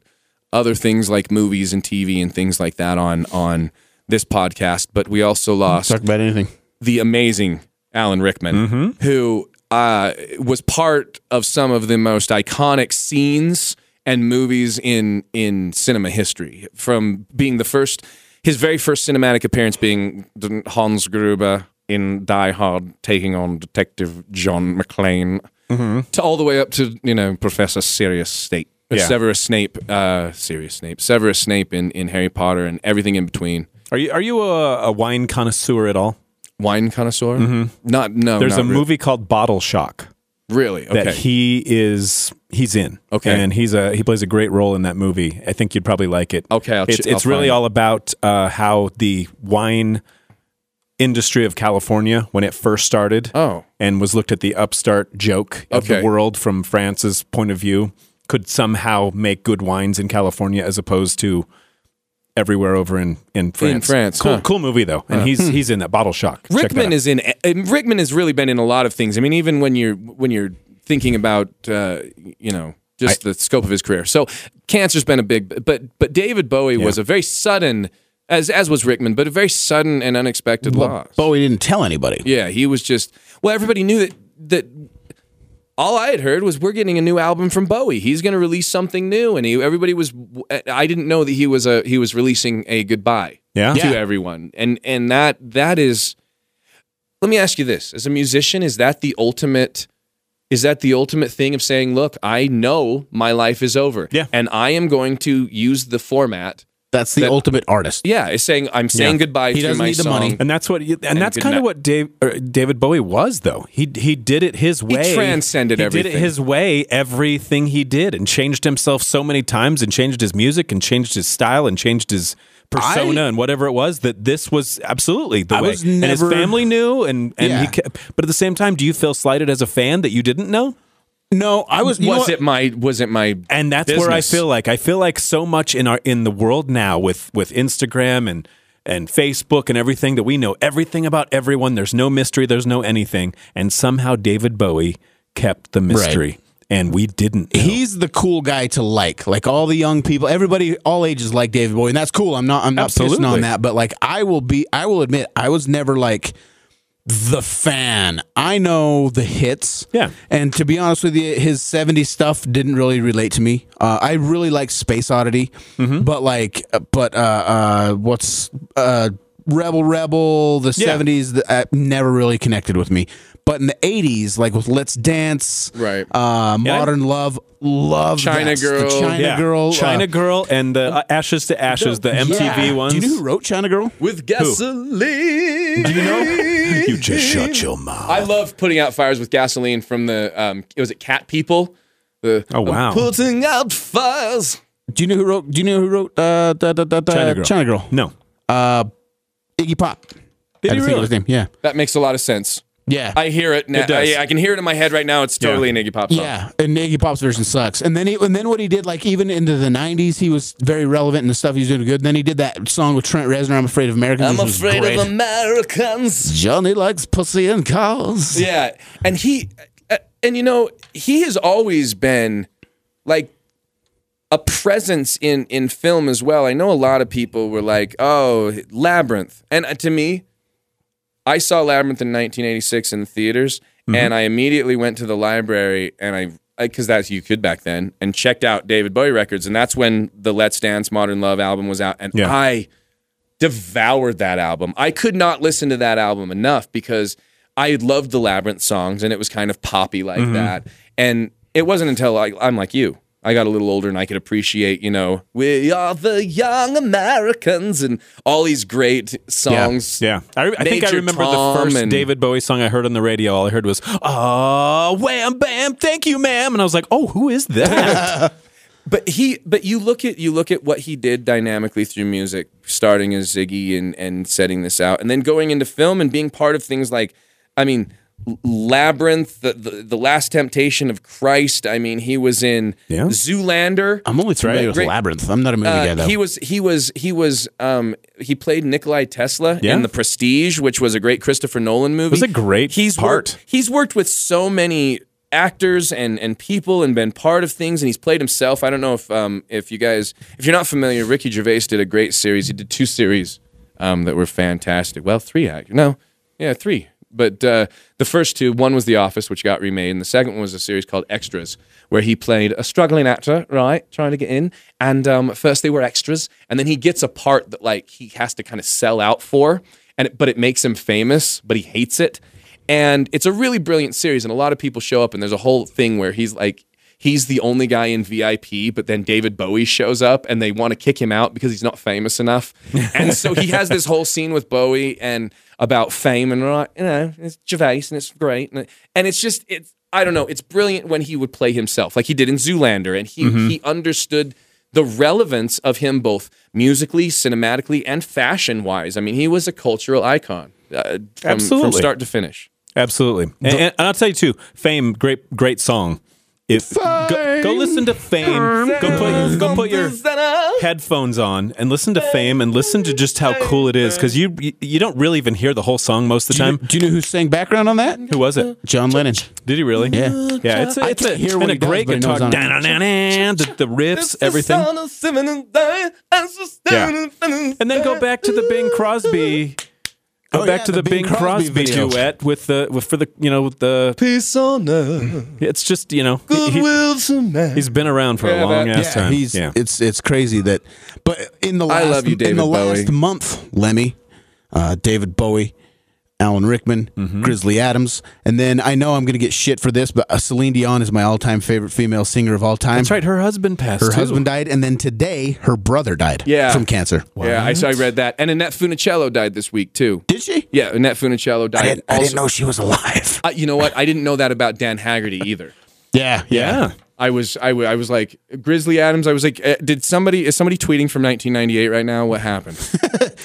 Speaker 3: other things like movies and TV and things like that on on this podcast, but we also lost
Speaker 6: Talk about anything.
Speaker 3: the amazing Alan Rickman,
Speaker 2: Mm-hmm.
Speaker 3: who uh, was part of some of the most iconic scenes and movies in in cinema history. From being the first, his very first cinematic appearance being the Hans Gruber in Die Hard, taking on Detective John McClane,
Speaker 2: Mm-hmm.
Speaker 3: to all the way up to you know Professor Sirius Snape, Severus Snape, uh, Sirius Snape, Severus Snape in in Harry Potter, and everything in between.
Speaker 2: Are you are you a, a wine connoisseur at all?
Speaker 3: Wine connoisseur? Not no.
Speaker 2: Mm-hmm. There's
Speaker 3: not really.
Speaker 2: a movie called Bottle Shock
Speaker 3: Really? Okay.
Speaker 2: that he is he's in.
Speaker 3: Okay.
Speaker 2: and he's a he plays a great role in that movie. I think you'd probably like it.
Speaker 3: Okay, I'll ch-
Speaker 2: it's it's
Speaker 3: I'll
Speaker 2: really
Speaker 3: find it.
Speaker 2: all about uh, how the wine industry of California when it first started.
Speaker 3: Oh.
Speaker 2: and was looked at the upstart joke of
Speaker 3: Okay.
Speaker 2: the world from France's point of view. Could somehow make good wines in California as opposed to everywhere over in in France.
Speaker 3: France,
Speaker 2: cool,
Speaker 3: huh. Uh-huh. Hmm.
Speaker 2: cool movie though, and he's he's in that Bottle Shock. Check that
Speaker 3: Rickman
Speaker 2: out.
Speaker 3: is in. and Rickman has really been in a lot of things. I mean, even when you're when you're thinking about uh, you know just the scope of his career. So cancer's been a big, but but David Bowie was a very sudden, as as was Rickman, but a very sudden and unexpected loss.
Speaker 6: Bowie didn't tell anybody.
Speaker 3: Yeah, he was just. Well, everybody knew that that. All I had heard was we're getting a new album from Bowie. He's going to release something new, and he, everybody was. I didn't know that he was a he was releasing a goodbye
Speaker 2: Yeah.
Speaker 3: to
Speaker 6: Yeah.
Speaker 3: everyone, and and that that is. Let me ask you this: as a musician, is that the ultimate? Is that the ultimate thing of saying, "Look, I know my life is over,
Speaker 2: Yeah.
Speaker 3: and I am going to use the format."
Speaker 6: That's the ultimate artist.
Speaker 3: Yeah, it's saying I'm saying
Speaker 2: Yeah.
Speaker 3: goodbye
Speaker 6: He
Speaker 3: through
Speaker 6: doesn't
Speaker 3: my
Speaker 6: need the
Speaker 3: song.
Speaker 6: money.
Speaker 2: And that's what, and,
Speaker 3: And
Speaker 2: that's
Speaker 3: good
Speaker 2: kind of
Speaker 3: night.
Speaker 2: what Dave, or David Bowie was, though. He he did it his way.
Speaker 3: transcended
Speaker 2: he Did
Speaker 3: everything.
Speaker 2: it his way. Everything he did, and changed himself so many times, and changed his music, and changed his style, and changed his persona, and whatever it was. That this was absolutely the
Speaker 6: I
Speaker 2: way.
Speaker 6: was
Speaker 2: and his
Speaker 6: never-
Speaker 2: family knew, and and
Speaker 6: Yeah.
Speaker 2: he. Kept, but at the same time, do you feel slighted as a fan that you didn't know?
Speaker 6: No, I was. you know
Speaker 3: was
Speaker 6: what?
Speaker 3: it my was it my
Speaker 2: and that's where I
Speaker 3: business.
Speaker 2: feel like I feel like so much in our in the world now with with Instagram and and Facebook and everything that we know everything about everyone. There's no mystery. There's no anything. And somehow David Bowie kept the mystery, and we didn't. know.
Speaker 6: He's the cool guy to like. Like all the young people, everybody, all ages like David Bowie, and that's cool. I'm not. I'm not
Speaker 2: Absolutely.
Speaker 6: pissing on that. But like, I will be. I will admit, I was never like the fan. I know the hits.
Speaker 2: Yeah.
Speaker 6: And to be honest with you, his 70s stuff didn't really relate to me. Uh, I really like Space Oddity,
Speaker 2: Mm-hmm.
Speaker 6: but like, but uh, uh, what's uh, Rebel Rebel, the 70s, the, uh, never really connected with me. But in the 80s, like with Let's Dance,
Speaker 3: Right.
Speaker 6: uh, Modern Love, love
Speaker 3: China
Speaker 6: that.
Speaker 3: Girl.
Speaker 6: the China
Speaker 2: Yeah.
Speaker 6: Girl,
Speaker 2: China
Speaker 6: uh,
Speaker 2: Girl, and the uh, Ashes to Ashes, the MTV
Speaker 6: yeah.
Speaker 2: ones.
Speaker 6: Do you know who wrote China Girl?
Speaker 3: with gasoline? Do you
Speaker 6: <laughs>
Speaker 3: know?
Speaker 2: You just shut your
Speaker 3: <laughs>
Speaker 2: mouth.
Speaker 3: I love putting out fires with gasoline from the um it was it Cat People? The
Speaker 2: Oh, wow.
Speaker 3: I'm putting out fires.
Speaker 6: Do you know who wrote? Do you know who wrote uh, da, da, da, da,
Speaker 2: China Girl.
Speaker 6: China Girl.
Speaker 2: No.
Speaker 6: Iggy Pop.
Speaker 2: Did he
Speaker 6: I had to think of his
Speaker 2: really?
Speaker 6: name. Yeah.
Speaker 3: That makes a lot of sense.
Speaker 6: Yeah.
Speaker 3: I hear it now.
Speaker 2: It does.
Speaker 3: I, I can hear it in my head right now. It's totally an Iggy Pop song.
Speaker 6: Yeah, and Iggy Pop's version sucks. And then he, and then what he did, like even into the '90s, he was very relevant in the stuff he was doing good. then he did that song with Trent Reznor, "I'm Afraid of Americans."
Speaker 3: I'm
Speaker 6: which was
Speaker 3: afraid
Speaker 6: great.
Speaker 3: of Americans.
Speaker 6: Johnny likes pussy and cars.
Speaker 3: <laughs> Yeah, and he, uh, and you know, he has always been like a presence in in film as well. I know a lot of people were like, "Oh, Labyrinth," and uh, to me, I saw Labyrinth in 1986 in the theaters, and I immediately went to the library and I. Because that's you could back then, and checked out David Bowie records, and that's when the Let's Dance Modern Love album was out, and
Speaker 2: Yeah.
Speaker 3: I devoured that album. I could not listen to that album enough because I loved the Labyrinth songs, and it was kind of poppy like that. And it wasn't until I, I'm like you, I got a little older and I could appreciate, you know, we are the young Americans and all these great songs.
Speaker 2: Yeah, I, re- I think I
Speaker 3: Nature
Speaker 2: remember
Speaker 3: Tom
Speaker 2: the first
Speaker 3: and-
Speaker 2: David Bowie song I heard on the radio. All I heard was "Ah, wham, bam, thank you, ma'am," and I was like, "Oh, who is that?"
Speaker 6: <laughs>
Speaker 3: But he, but you look at you look at what he did dynamically through music, starting as Ziggy and and setting this out, and then going into film and being part of things like, I mean, L- Labyrinth, the the, the Last Temptation of Christ. I mean, he was in
Speaker 2: Yeah.
Speaker 3: Zoolander.
Speaker 6: I'm only familiar
Speaker 3: Right,
Speaker 6: with
Speaker 3: great-
Speaker 6: Labyrinth. I'm not a movie
Speaker 3: Uh,
Speaker 6: guy though.
Speaker 3: he was he was he was um he played Nikolai Tesla
Speaker 2: Yeah.
Speaker 3: in The Prestige, which was a great Christopher Nolan movie. It
Speaker 2: was a great
Speaker 3: he's
Speaker 2: part.
Speaker 3: Worked, he's worked with so many actors and and people and been part of things and he's played himself. I don't know if um if you guys if you're not familiar, Ricky Gervais did a great series. He did two series um that were fantastic. Well, three act no, yeah, three. But uh, the first two, one was The Office, which got remade, and the second one was a series called Extras, where he played a struggling actor, right, trying to get in. And um, at first they were extras, and then he gets a part that like he has to kind of sell out for, and it, but it makes him famous, but he hates it. And it's a really brilliant series, and a lot of people show up, and there's a whole thing where he's like, he's the only guy in VIP, but then David Bowie shows up, and they want to kick him out because he's not famous enough. And so he has this whole scene with Bowie and about fame, and right, you know, it's Gervais, and it's great, and, and it's just it's I don't know, it's brilliant when he would play himself, like he did in Zoolander, and he he understood the relevance of him both musically, cinematically, and fashion wise. I mean, he was a cultural icon. Uh, from,
Speaker 2: Absolutely.
Speaker 3: from start to finish.
Speaker 2: Absolutely, and, and I'll tell you too. Fame, great, great song. If go, go listen to Fame, go put go put your headphones on and listen to Fame and listen to just how cool it is because you you don't really even hear the whole song most of the
Speaker 6: do, you,
Speaker 2: time.
Speaker 6: do you know who sang background on that?
Speaker 2: Who was it?
Speaker 6: John Lennon.
Speaker 2: Did he really?
Speaker 6: Yeah.
Speaker 2: yeah. It's a,
Speaker 6: I
Speaker 2: it's a,
Speaker 6: can't hear
Speaker 2: and
Speaker 6: what
Speaker 2: a
Speaker 6: he does,
Speaker 2: great
Speaker 6: but I know
Speaker 2: guitar.
Speaker 6: it's on it.
Speaker 2: Da-na-na-na, The, the riffs, everything. Yeah. And then go back to the Bing Crosby. Go
Speaker 6: Oh,
Speaker 2: back
Speaker 6: yeah,
Speaker 2: to the,
Speaker 6: the
Speaker 2: Bing,
Speaker 6: Bing
Speaker 2: Crosby,
Speaker 6: Crosby video.
Speaker 2: duet with the with, for the you know with the
Speaker 3: Peace on earth,
Speaker 2: it's just you know he,
Speaker 3: goodwill to man.
Speaker 2: has been around for
Speaker 3: Yeah,
Speaker 2: a long
Speaker 3: that-
Speaker 2: <laughs> ass time.
Speaker 6: he's
Speaker 2: yeah.
Speaker 6: it's it's crazy that, but in the
Speaker 3: I
Speaker 6: last,
Speaker 3: love you,
Speaker 6: in
Speaker 3: David
Speaker 6: the
Speaker 3: Bowie.
Speaker 6: last month, Lemmy, uh, David Bowie, Alan Rickman,
Speaker 2: Mm-hmm.
Speaker 6: Grizzly Adams, and then I know I'm gonna get shit for this, but uh, Celine Dion is my all-time favorite female singer of all time.
Speaker 2: That's right. Her husband passed.
Speaker 6: Her
Speaker 2: too.
Speaker 6: husband died, and then today her brother died.
Speaker 3: Yeah.
Speaker 6: from cancer.
Speaker 3: Yeah, I, so I read that. And Annette Funicello died this week too.
Speaker 6: Did she?
Speaker 3: Yeah, Annette Funicello died.
Speaker 6: I didn't, I
Speaker 3: also,
Speaker 6: didn't know she was alive.
Speaker 3: Uh, you know what? I didn't know that about Dan Haggerty either.
Speaker 6: <laughs> Yeah,
Speaker 2: Yeah.
Speaker 3: I was I wa- I was like Grizzly Adams. I was like, eh, did somebody is somebody tweeting from 1998 right now? What happened?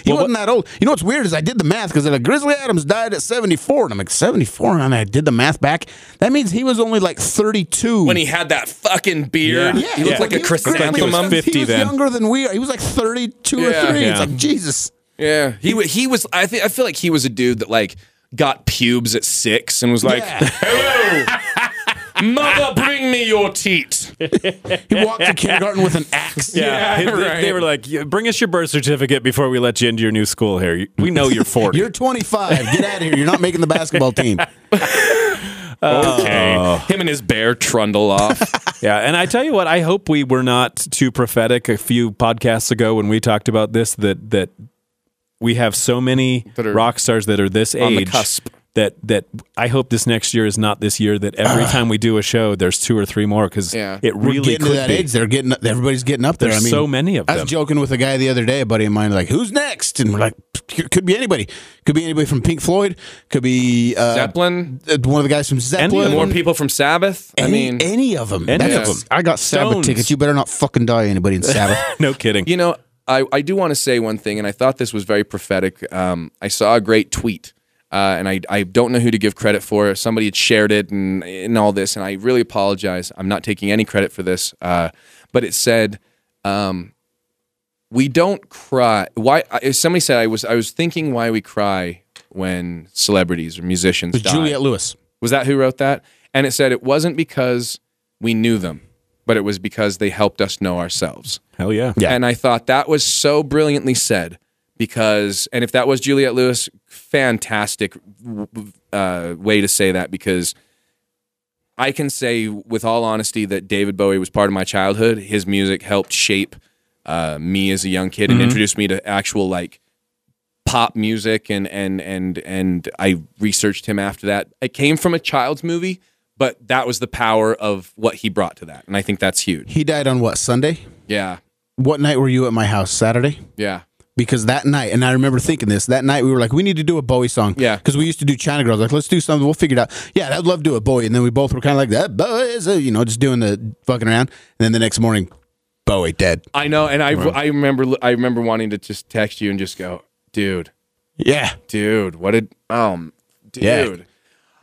Speaker 6: He wasn't that old. You know what's weird is I did the math because like Grizzly Adams died at 74, and I'm like 74, and I did the math back. That means he was only like 32
Speaker 3: when he had that fucking beard,
Speaker 2: Yeah.
Speaker 3: he looked
Speaker 2: Yeah.
Speaker 3: like a
Speaker 6: He was- Grizzly
Speaker 2: chrysanthemum.
Speaker 6: was-
Speaker 3: chrysanthemum.
Speaker 6: He was,
Speaker 2: 50 then.
Speaker 6: younger than we are. He was like 32
Speaker 3: Yeah.
Speaker 6: or three.
Speaker 2: Yeah.
Speaker 6: It's like Jesus.
Speaker 3: Yeah, he wa- he was. I think I feel like he was a dude that like got pubes at six and was like, <laughs> "Hello, mother, bring me your teat."
Speaker 6: He
Speaker 2: <laughs>
Speaker 6: walked to kindergarten with an axe.
Speaker 2: Yeah,
Speaker 3: Yeah,
Speaker 2: They- they,
Speaker 3: right.
Speaker 2: they were like, "Yeah, "Bring us your birth certificate before we let you into your new school." Here, You- we know you're 40
Speaker 6: You're 25. Get out of here. You're not making the
Speaker 2: <laughs>
Speaker 6: basketball team.
Speaker 3: Okay, him and his bear trundle off.
Speaker 2: yeah, and I tell you what, I hope we were not too prophetic a few podcasts ago when we talked about this. That that we have so many
Speaker 3: That are
Speaker 2: rock stars that are this
Speaker 3: on the
Speaker 2: age.
Speaker 3: cusp.
Speaker 2: That that I hope this next year is not this year.
Speaker 3: <clears throat>
Speaker 2: That every time we do a show, there's two or three more because
Speaker 3: Yeah.
Speaker 2: it
Speaker 6: We're
Speaker 2: really
Speaker 6: getting
Speaker 2: could
Speaker 6: to that
Speaker 2: be.
Speaker 6: age. They're getting. Everybody's getting up there.
Speaker 2: There's
Speaker 6: I mean,
Speaker 2: so many of
Speaker 6: I
Speaker 2: them.
Speaker 6: was joking with a guy the other day, a buddy of mine, like, "Who's next?" And we're like, "Could could be anybody. Could be anybody from Pink Floyd. Could be uh,
Speaker 3: Zeppelin,
Speaker 6: uh, one of the guys from Zeppelin.
Speaker 3: more people from Sabbath. I
Speaker 6: Any,
Speaker 3: mean,
Speaker 6: any of them.
Speaker 2: any
Speaker 6: That's-
Speaker 2: of 'em.
Speaker 6: I got Sabbath
Speaker 2: Stones.
Speaker 6: tickets. You better not fucking die, anybody in Sabbath.
Speaker 2: No kidding.
Speaker 3: You know, I, I do want to say one thing, and I thought this was very prophetic. Um, I saw a great tweet, uh, and I, I don't know who to give credit for. Somebody had shared it and, and all this, and I really apologize. I'm not taking any credit for this, uh, but it said, um, "We don't cry." Why? I- Somebody said I was I was thinking why we cry when celebrities or musicians
Speaker 6: It's
Speaker 3: die.
Speaker 6: Juliette Lewis.
Speaker 3: Was that who wrote that? And it said it wasn't because we knew them, but it was because they helped us know ourselves.
Speaker 2: Hell yeah.
Speaker 6: Yeah.
Speaker 3: And I thought that was so brilliantly said because, and if that was Juliette Lewis, fantastic uh, way to say that because I can say with all honesty that David Bowie was part of my childhood. His music helped shape uh, me as a young kid and introduced me to actual like pop music and and and and I researched him after that. It came from a child's movie, but that was the power of what he brought to that. And I think that's huge.
Speaker 6: He died on what Sunday?
Speaker 3: Yeah.
Speaker 6: What night were you at my house? Saturday?
Speaker 3: Yeah.
Speaker 6: because that night, and I remember thinking this that night, we were like, we need to do a Bowie song.
Speaker 3: Yeah.
Speaker 6: Because we used to do China Girls. Like, let's do something. We'll figure it out. Yeah, I'd love to do a Bowie. And then we both were kind of like, that Bowie is, a-" you know, just doing the fucking around. And then the next morning, Bowie dead.
Speaker 3: I know and I I remember I remember wanting to just text you and just go, "Dude,
Speaker 6: Yeah.
Speaker 3: dude, what did um dude
Speaker 6: Yeah.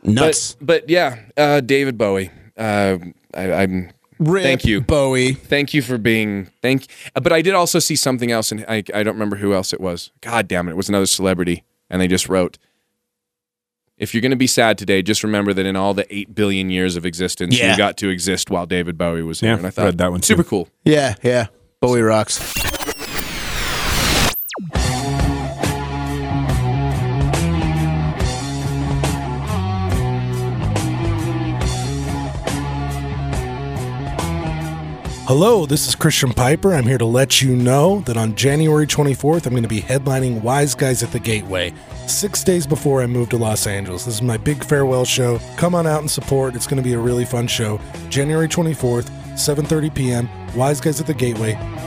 Speaker 6: Nuts.
Speaker 3: But, but yeah, uh, David Bowie. Uh, I, I'm
Speaker 6: Rip
Speaker 3: thank you.
Speaker 6: Bowie.
Speaker 3: Thank you for being thank. But I did also see something else, and I, I don't remember who else it was. God damn it, it was another celebrity, and they just wrote, "If you're going to be sad today, just remember that in all the eight billion years of existence,
Speaker 6: Yeah.
Speaker 3: you got to exist while David Bowie was here."
Speaker 2: Yeah,
Speaker 3: and I thought
Speaker 2: read that one too.
Speaker 3: super cool.
Speaker 6: Yeah, yeah. Bowie rocks.
Speaker 9: Hello, this is Christian Piper. I'm here to let you know that on January 24th, I'm going to be headlining Wise Guys at the Gateway, six days before I move to Los Angeles. This is my big farewell show. Come on out and support. It's going to be a really fun show. January 24th, 7.30 p.m., Wise Guys at the Gateway,